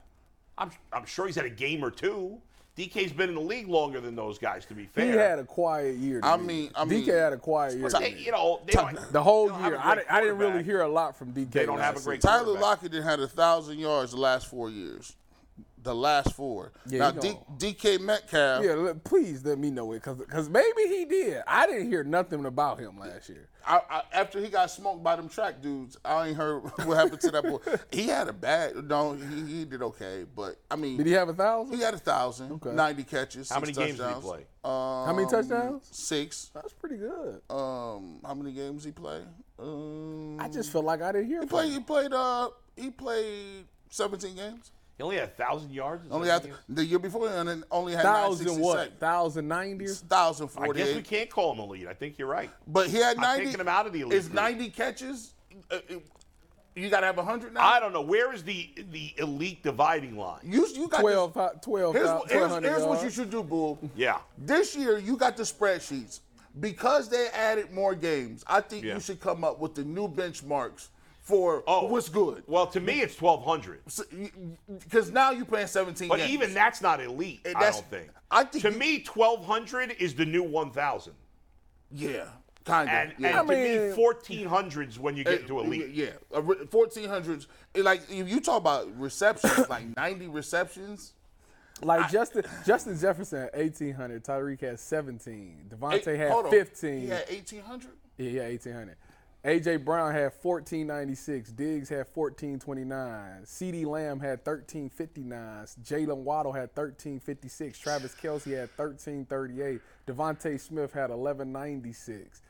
Speaker 2: I'm, I'm sure he's had a game or two. DK's been in the league longer than those guys, to be fair.
Speaker 4: He had a quiet year. to
Speaker 3: I
Speaker 4: me.
Speaker 3: mean- I
Speaker 4: DK
Speaker 3: mean-
Speaker 4: had a quiet year. to
Speaker 2: They-
Speaker 4: me.
Speaker 2: you know, they don't-
Speaker 4: the whole
Speaker 2: they don't have
Speaker 4: year,
Speaker 2: a
Speaker 4: I,
Speaker 2: great
Speaker 4: didn't, I didn't really
Speaker 2: quarterback.
Speaker 4: hear a lot from DK.
Speaker 2: They don't have a
Speaker 4: last
Speaker 2: great
Speaker 4: season.
Speaker 3: Tyler
Speaker 2: quarterback.
Speaker 3: Lockett didn't had a thousand yards the last four years. The last four.
Speaker 4: Yeah,
Speaker 3: now
Speaker 4: he
Speaker 3: D-
Speaker 4: gone.
Speaker 3: DK Metcalf.
Speaker 4: Yeah, let- please let me know it, cause, 'cause maybe he did. I didn't hear nothing about him last year.
Speaker 3: I, I, after he got smoked by them track dudes, I ain't heard what happened to that boy. He had a bad. No, he, he did okay, but I mean,
Speaker 4: Did he have a thousand?
Speaker 3: He had a thousand, 90 catches.
Speaker 2: How
Speaker 3: six
Speaker 2: many games did he
Speaker 3: touchdowns.
Speaker 2: play?
Speaker 4: How many
Speaker 3: Um,
Speaker 4: touchdowns?
Speaker 3: Six.
Speaker 4: That's pretty good.
Speaker 3: Um, how many games he play? Um,
Speaker 4: I just felt like I didn't hear.
Speaker 3: he
Speaker 4: from
Speaker 3: played.
Speaker 4: him.
Speaker 3: He played. Uh, he played 17 games.
Speaker 2: He only had a thousand yards. Is
Speaker 3: Only
Speaker 2: that
Speaker 3: had
Speaker 2: what you-
Speaker 3: the year before, and then only had
Speaker 4: Thousand what?
Speaker 3: 966.
Speaker 4: Thousand ninety?
Speaker 3: Thousand
Speaker 2: I guess we
Speaker 3: forty-eight.
Speaker 2: can't call him elite. I think you're right.
Speaker 3: But he had 90.
Speaker 2: taking him out of the elite
Speaker 3: Is
Speaker 2: group.
Speaker 3: 90 catches? Uh, uh, you gotta have 100 now.
Speaker 2: I don't know. Where is the the elite dividing line?
Speaker 3: you you got
Speaker 4: Twelve,
Speaker 3: This,
Speaker 4: twelve,
Speaker 3: here's
Speaker 4: thou-
Speaker 3: here's,
Speaker 4: 1200
Speaker 3: here's what you
Speaker 4: yards.
Speaker 3: should do, Bull.
Speaker 2: Yeah.
Speaker 3: This year, you got the spreadsheets. Because they added more games, I think
Speaker 2: Yeah.
Speaker 3: you should come up with the new benchmarks for
Speaker 2: Oh,
Speaker 3: what's good.
Speaker 2: Well, to me, it's 1,200.
Speaker 3: Because now you're playing 17
Speaker 2: But
Speaker 3: games.
Speaker 2: even that's not elite.
Speaker 3: And
Speaker 2: I
Speaker 3: that's-
Speaker 2: don't think.
Speaker 3: I think
Speaker 2: to
Speaker 3: you-
Speaker 2: me, 1,200 is the new 1,000.
Speaker 3: Yeah. Kind of.
Speaker 2: And,
Speaker 3: yeah.
Speaker 2: and to me,
Speaker 4: mean-
Speaker 2: 1400s when you get into
Speaker 3: Uh,
Speaker 2: elite.
Speaker 3: Yeah, fourteen hundreds. Like if you talk about receptions, like ninety receptions.
Speaker 4: Like Justin Justin Jefferson had 1,800. Tyreek had 17. Devontae
Speaker 3: Eight- hold
Speaker 4: had
Speaker 3: on.
Speaker 4: 15.
Speaker 3: He had eighteen hundred.
Speaker 4: Yeah, yeah, 1800. AJ Brown had 1496. Diggs had 1429. CD Lamb had 1359. Jalen Waddle had 1356. Travis Kelsey had 1338. Devontae Smith had 1196.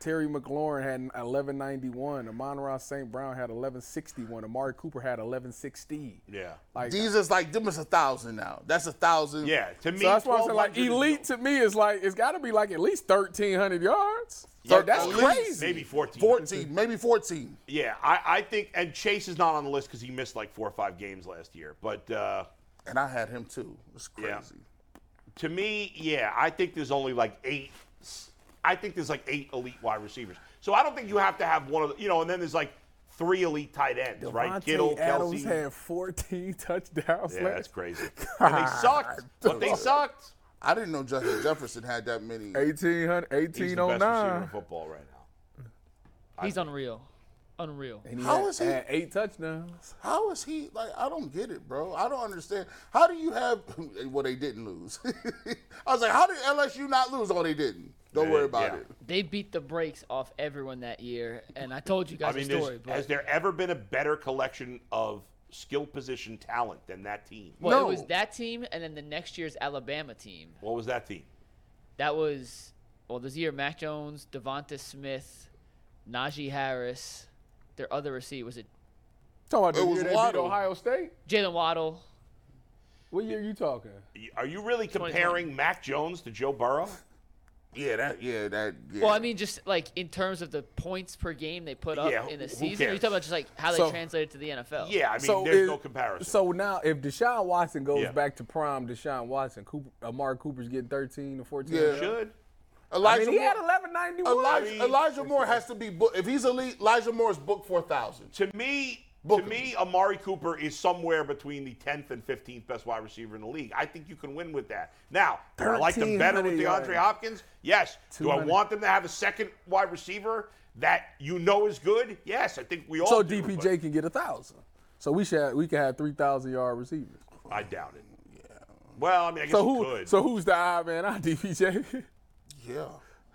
Speaker 4: Terry McLaurin had 1191. Amon Ross St. Brown had 1161. Amari Cooper had 1160.
Speaker 2: Yeah.
Speaker 4: Like, so
Speaker 3: These is like them is a thousand now. That's a thousand.
Speaker 2: Yeah. To me,
Speaker 4: that's why I'm saying, like,
Speaker 2: 1200 is-
Speaker 4: elite to me is like, it's got to be like at least 1,300 yards.
Speaker 2: Yeah,
Speaker 4: Like, that's
Speaker 3: at least.
Speaker 4: crazy.
Speaker 2: Maybe 14.
Speaker 3: fourteen, maybe fourteen.
Speaker 2: Yeah, I, I think, and Chase is not on the list because he missed like four or five games last year. But uh,
Speaker 3: And I had him too. It's crazy.
Speaker 2: Yeah. to me, yeah, I think there's only like eight. I think there's like eight elite wide receivers. So I don't think you have to have one of the, you know, and then there's like three elite tight ends, right?
Speaker 4: Devontae
Speaker 2: Kittle,
Speaker 4: Adams
Speaker 2: Kelsey.
Speaker 4: had 14 touchdowns.
Speaker 2: yeah, that's
Speaker 4: last
Speaker 2: crazy. And they sucked, but they sucked.
Speaker 3: I didn't know Justin Jefferson had that many.
Speaker 4: 1800,
Speaker 2: He's the best receiver in
Speaker 4: 1809.
Speaker 2: football right now.
Speaker 1: He's unreal. Unreal.
Speaker 3: How is he?
Speaker 4: Had eight touchdowns.
Speaker 3: How is he? Like I don't get it, bro. I don't understand. How do you have? Well, they didn't lose. I was like, how did LSU not lose? Oh, they didn't. Don't
Speaker 2: They
Speaker 3: worry
Speaker 2: didn't,
Speaker 3: about
Speaker 2: yeah.
Speaker 3: it.
Speaker 1: They beat the brakes off everyone that year, and I told you
Speaker 2: I
Speaker 1: guys
Speaker 2: mean,
Speaker 1: the
Speaker 2: there's-
Speaker 1: story. But
Speaker 2: has there ever been a better collection of skill position talent than that team?
Speaker 1: well,
Speaker 3: No.
Speaker 1: it was that team, and then the next year's Alabama team.
Speaker 2: What was that team?
Speaker 1: That was well this year Mac Jones, Devonta Smith, Najee Harris, their other receiver was it
Speaker 4: Talking about the
Speaker 3: It
Speaker 4: year
Speaker 3: was
Speaker 4: they beat
Speaker 3: Waddle.
Speaker 4: Ohio State?
Speaker 1: Jalen Waddle.
Speaker 4: What year are you talking?
Speaker 2: Are you really comparing Mac Jones to Joe Burrow?
Speaker 3: Yeah, that. Yeah, that. Yeah.
Speaker 1: Well, I mean, just like in terms of the points per game they put up
Speaker 2: Yeah,
Speaker 1: in
Speaker 2: who
Speaker 1: the season, or you
Speaker 2: cares?
Speaker 1: talking about just like how they
Speaker 4: So-
Speaker 1: translated to the NFL.
Speaker 2: Yeah, I mean, there's no comparison.
Speaker 4: So now, if Deshaun Watson goes
Speaker 2: Yeah.
Speaker 4: back to prime Deshaun Watson, Cooper, Amari Cooper's getting 13 or 14.
Speaker 3: Yeah.
Speaker 2: should.
Speaker 4: I
Speaker 3: Elijah
Speaker 4: mean, he
Speaker 3: Moore-
Speaker 4: had 1191.
Speaker 3: Elijah,
Speaker 2: mean-
Speaker 3: Elijah Moore has to be booked. If he's elite, Elijah Moore's booked for a thousand.
Speaker 2: To me,
Speaker 3: Book
Speaker 2: to
Speaker 3: him.
Speaker 2: me, Amari Cooper is somewhere between the 10th and 15th best wide receiver in the league. I think you can win with that. Now, do I like them better with
Speaker 4: 1300
Speaker 2: DeAndre
Speaker 4: yards.
Speaker 2: Hopkins? Yes. Do I
Speaker 4: 200.
Speaker 2: want them to have a second wide receiver that you know is good? Yes, I think we all.
Speaker 4: So
Speaker 2: do,
Speaker 4: DPJ
Speaker 2: but
Speaker 4: can get a 1,000. So we should have, we could have 3,000 yard receivers.
Speaker 2: I doubt it. Well, I mean, I guess
Speaker 4: So
Speaker 2: you
Speaker 4: who?
Speaker 2: could.
Speaker 4: So who's the odd man out, DPJ?
Speaker 3: Yeah.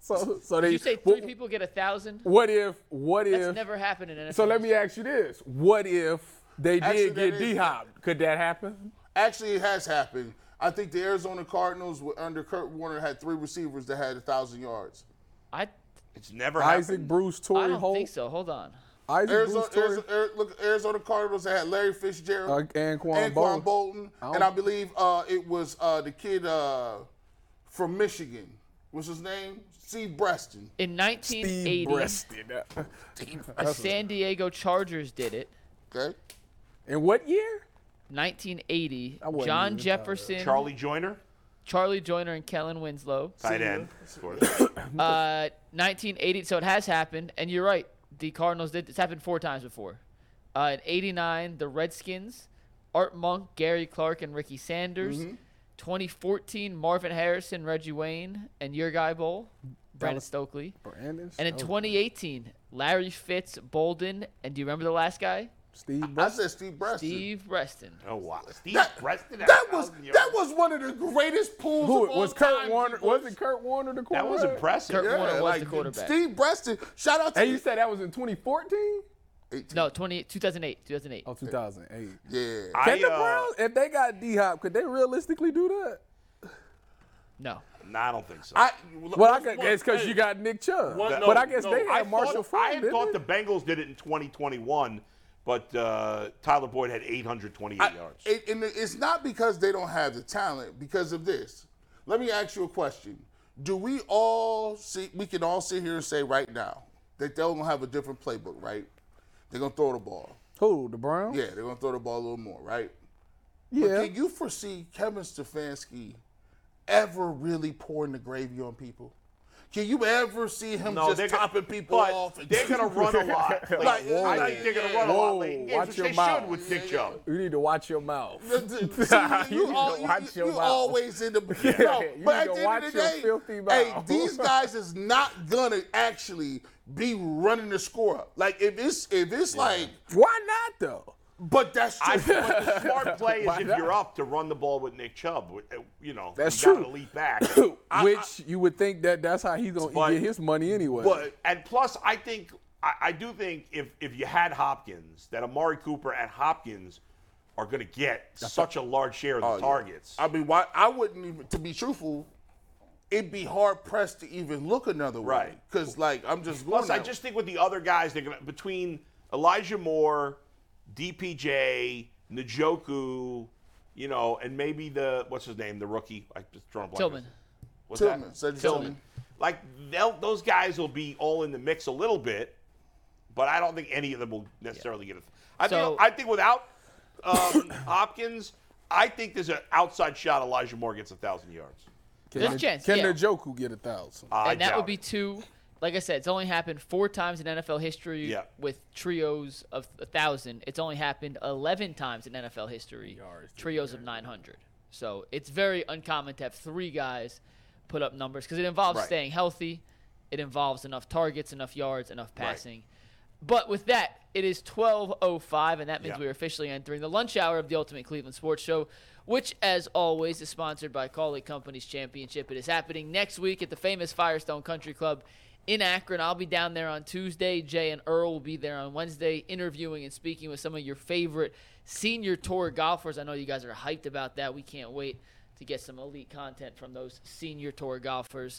Speaker 4: so so they.
Speaker 1: You say
Speaker 4: what-
Speaker 1: three people get a thousand.
Speaker 4: What if? What
Speaker 1: That's
Speaker 4: if?
Speaker 1: never happened in NFL.
Speaker 4: So let me ask you this: What if they did
Speaker 3: Actually, that
Speaker 4: get
Speaker 3: is-
Speaker 4: D Hop? Could that happen?
Speaker 3: Actually, it has happened. I think the Arizona Cardinals were- under Kurt Warner had three receivers that had a thousand yards.
Speaker 1: I
Speaker 2: it's never
Speaker 4: Isaac
Speaker 2: happened.
Speaker 4: Bruce,
Speaker 1: I
Speaker 4: Tory
Speaker 1: don't
Speaker 4: Holt,
Speaker 1: think so. Hold on.
Speaker 4: Isaac
Speaker 3: Arizona,
Speaker 4: Bruce, Tory,
Speaker 3: Arizona, Ari- look, Arizona Cardinals that had Larry Fitzgerald,
Speaker 4: Uh, Anquan Bolton.
Speaker 3: Bolton,
Speaker 4: I don't-
Speaker 3: and I believe uh, it was uh, the kid uh, from Michigan. What's his name? C. Breston.
Speaker 1: In
Speaker 4: Steve
Speaker 1: 1980,
Speaker 4: Breasted.
Speaker 1: the San Diego Chargers did it.
Speaker 3: Okay.
Speaker 4: In what year?
Speaker 1: 1980, John
Speaker 4: wasn't even thought of that.
Speaker 1: Jefferson,
Speaker 2: Charlie Joyner,
Speaker 1: Charlie Joyner, and Kellen Winslow.
Speaker 2: tight end. of course.
Speaker 1: Uh, 1980. So it has happened, and you're right. The Cardinals did. It's happened four times before. Uh, in '89, the Redskins, Art Monk, Gary Clark, and Ricky Sanders.
Speaker 4: Mm-hmm.
Speaker 1: 2014, Marvin Harrison, Reggie Wayne, and your guy Bowl, Brandon Stokely.
Speaker 4: Brandon.
Speaker 1: And in
Speaker 4: Stokes.
Speaker 1: 2018, Larry Fitz, Bolden, and do you remember the last guy? Ah.
Speaker 4: Steve
Speaker 3: I
Speaker 4: Breasted.
Speaker 3: said Steve Breston.
Speaker 1: Steve Reston.
Speaker 2: Oh wow, Steve
Speaker 3: That-
Speaker 2: Preston.
Speaker 3: That was that was one of the greatest pools.
Speaker 4: Who
Speaker 3: of all
Speaker 4: was Kurt
Speaker 3: time,
Speaker 4: Warner?
Speaker 3: G.
Speaker 4: Was
Speaker 3: Bush.
Speaker 4: it Kurt Warner the
Speaker 2: that
Speaker 4: quarterback?
Speaker 2: was impressive.
Speaker 1: Kurt Warner was the quarterback.
Speaker 3: Steve Breston. Shout out to
Speaker 4: And you said that was in 2014?
Speaker 1: No, 20, 2008, 2008.
Speaker 4: Oh, 2008.
Speaker 3: yeah.
Speaker 2: I,
Speaker 4: Can the
Speaker 2: uh,
Speaker 4: Browns, if they got D Hop, could they realistically do that?
Speaker 1: No.
Speaker 2: nah, I don't think so.
Speaker 3: I,
Speaker 4: Well, I guess it's because you got Nick Chubb.
Speaker 3: One-
Speaker 4: but
Speaker 3: no,
Speaker 4: I guess
Speaker 3: no,
Speaker 4: they had
Speaker 2: I
Speaker 4: Marshall
Speaker 2: thought,
Speaker 4: Ford.
Speaker 2: I had
Speaker 4: didn't
Speaker 2: thought
Speaker 4: they?
Speaker 2: the Bengals did it in 2021, but uh, Tyler Boyd had 828
Speaker 3: I-
Speaker 2: yards.
Speaker 3: it- and it- it's not because they don't have the talent, because of this. Let me ask you a question. Do we all see, we can all sit here and say right now that they're going to have a different playbook, right? They're going to throw the ball.
Speaker 4: Who? The Browns?
Speaker 3: Yeah, they're going to throw the ball a little more, right?
Speaker 4: Yeah.
Speaker 3: But can you foresee Kevin Stefanski ever really pouring the gravy on people? Can you ever see him
Speaker 2: No, they're
Speaker 3: just
Speaker 2: gonna-
Speaker 3: topping people
Speaker 2: but
Speaker 3: off? and-
Speaker 2: They're gonna run a lot. late.
Speaker 3: Like,
Speaker 2: I think they're gonna run a lot
Speaker 4: Whoa,
Speaker 2: late in games,
Speaker 4: watch
Speaker 2: which
Speaker 4: your
Speaker 2: they
Speaker 4: mouth.
Speaker 2: should with Dick Chubb.
Speaker 4: You need to watch your mouth.
Speaker 3: See, you,
Speaker 4: need
Speaker 3: all,
Speaker 4: to
Speaker 3: you,
Speaker 4: watch
Speaker 3: you
Speaker 4: your mouth.
Speaker 3: always in the
Speaker 4: Yeah,
Speaker 3: no,
Speaker 4: you
Speaker 3: but at the end
Speaker 4: need to
Speaker 3: of
Speaker 4: watch your
Speaker 3: the
Speaker 4: filthy
Speaker 3: day, hey,
Speaker 4: mouth.
Speaker 3: these guys is not gonna actually be running the score up. Like if it's if it's like,
Speaker 4: Why not though?
Speaker 3: but that's
Speaker 2: I,
Speaker 3: just
Speaker 2: but the smart play is
Speaker 4: Why
Speaker 2: if
Speaker 4: not?
Speaker 2: you're up to run the ball with Nick Chubb. uh, You know,
Speaker 4: That's
Speaker 2: you Gotta
Speaker 4: true.
Speaker 2: leap back.
Speaker 4: Which you would think that that's how he's gonna
Speaker 2: But-
Speaker 4: get his money anyway.
Speaker 2: But and plus, I think I, I do think if if you had Hopkins, that Amari Cooper and Hopkins are going to get such a large share
Speaker 4: Oh,
Speaker 2: of the targets.
Speaker 3: I mean, why? I wouldn't even. To be truthful, it'd be hard pressed to even look another way.
Speaker 2: Right.
Speaker 3: Because like I'm just going.
Speaker 2: Plus, I
Speaker 3: that
Speaker 2: just think with the other guys, they're gonna between Elijah Moore, DPJ, Njoku, you know, and maybe the what's his name, the rookie. I just drawn a blank.
Speaker 1: Tillman.
Speaker 2: What's
Speaker 3: Tillman,
Speaker 2: that?
Speaker 3: Cedric Tillman.
Speaker 2: Like they'll, those guys will be all in the mix a little bit, but I don't think any of them will necessarily get it. I
Speaker 1: So-
Speaker 2: think I think without um, Hopkins, I think there's an outside shot Elijah Moore gets a thousand yards.
Speaker 4: can
Speaker 1: there's
Speaker 4: the,
Speaker 1: chance,
Speaker 4: Can
Speaker 1: yeah.
Speaker 4: the Joku get a thousand?
Speaker 2: I
Speaker 1: and that
Speaker 2: doubt
Speaker 1: would be
Speaker 2: it.
Speaker 1: two. Like I said, it's only happened four times in NFL history
Speaker 2: Yeah.
Speaker 1: with trios of a thousand. It's only happened eleven times in NFL history, trios of nine hundred. So it's very uncommon to have three guys put up numbers because it involves
Speaker 2: Right.
Speaker 1: staying healthy, it involves enough targets, enough yards, enough passing. But with that, it is 12:05, and that means
Speaker 2: Yeah.
Speaker 1: we are officially entering the lunch hour of the Ultimate Cleveland Sports Show, which, as always, is sponsored by Collie Companies Championship. It is happening next week at the famous Firestone Country Club in Akron. I'll be down there on Tuesday. Jay and Earl will be there on Wednesday, interviewing and speaking with some of your favorite senior tour golfers. I know you guys are hyped about that. We can't wait to get some elite content from those senior tour golfers.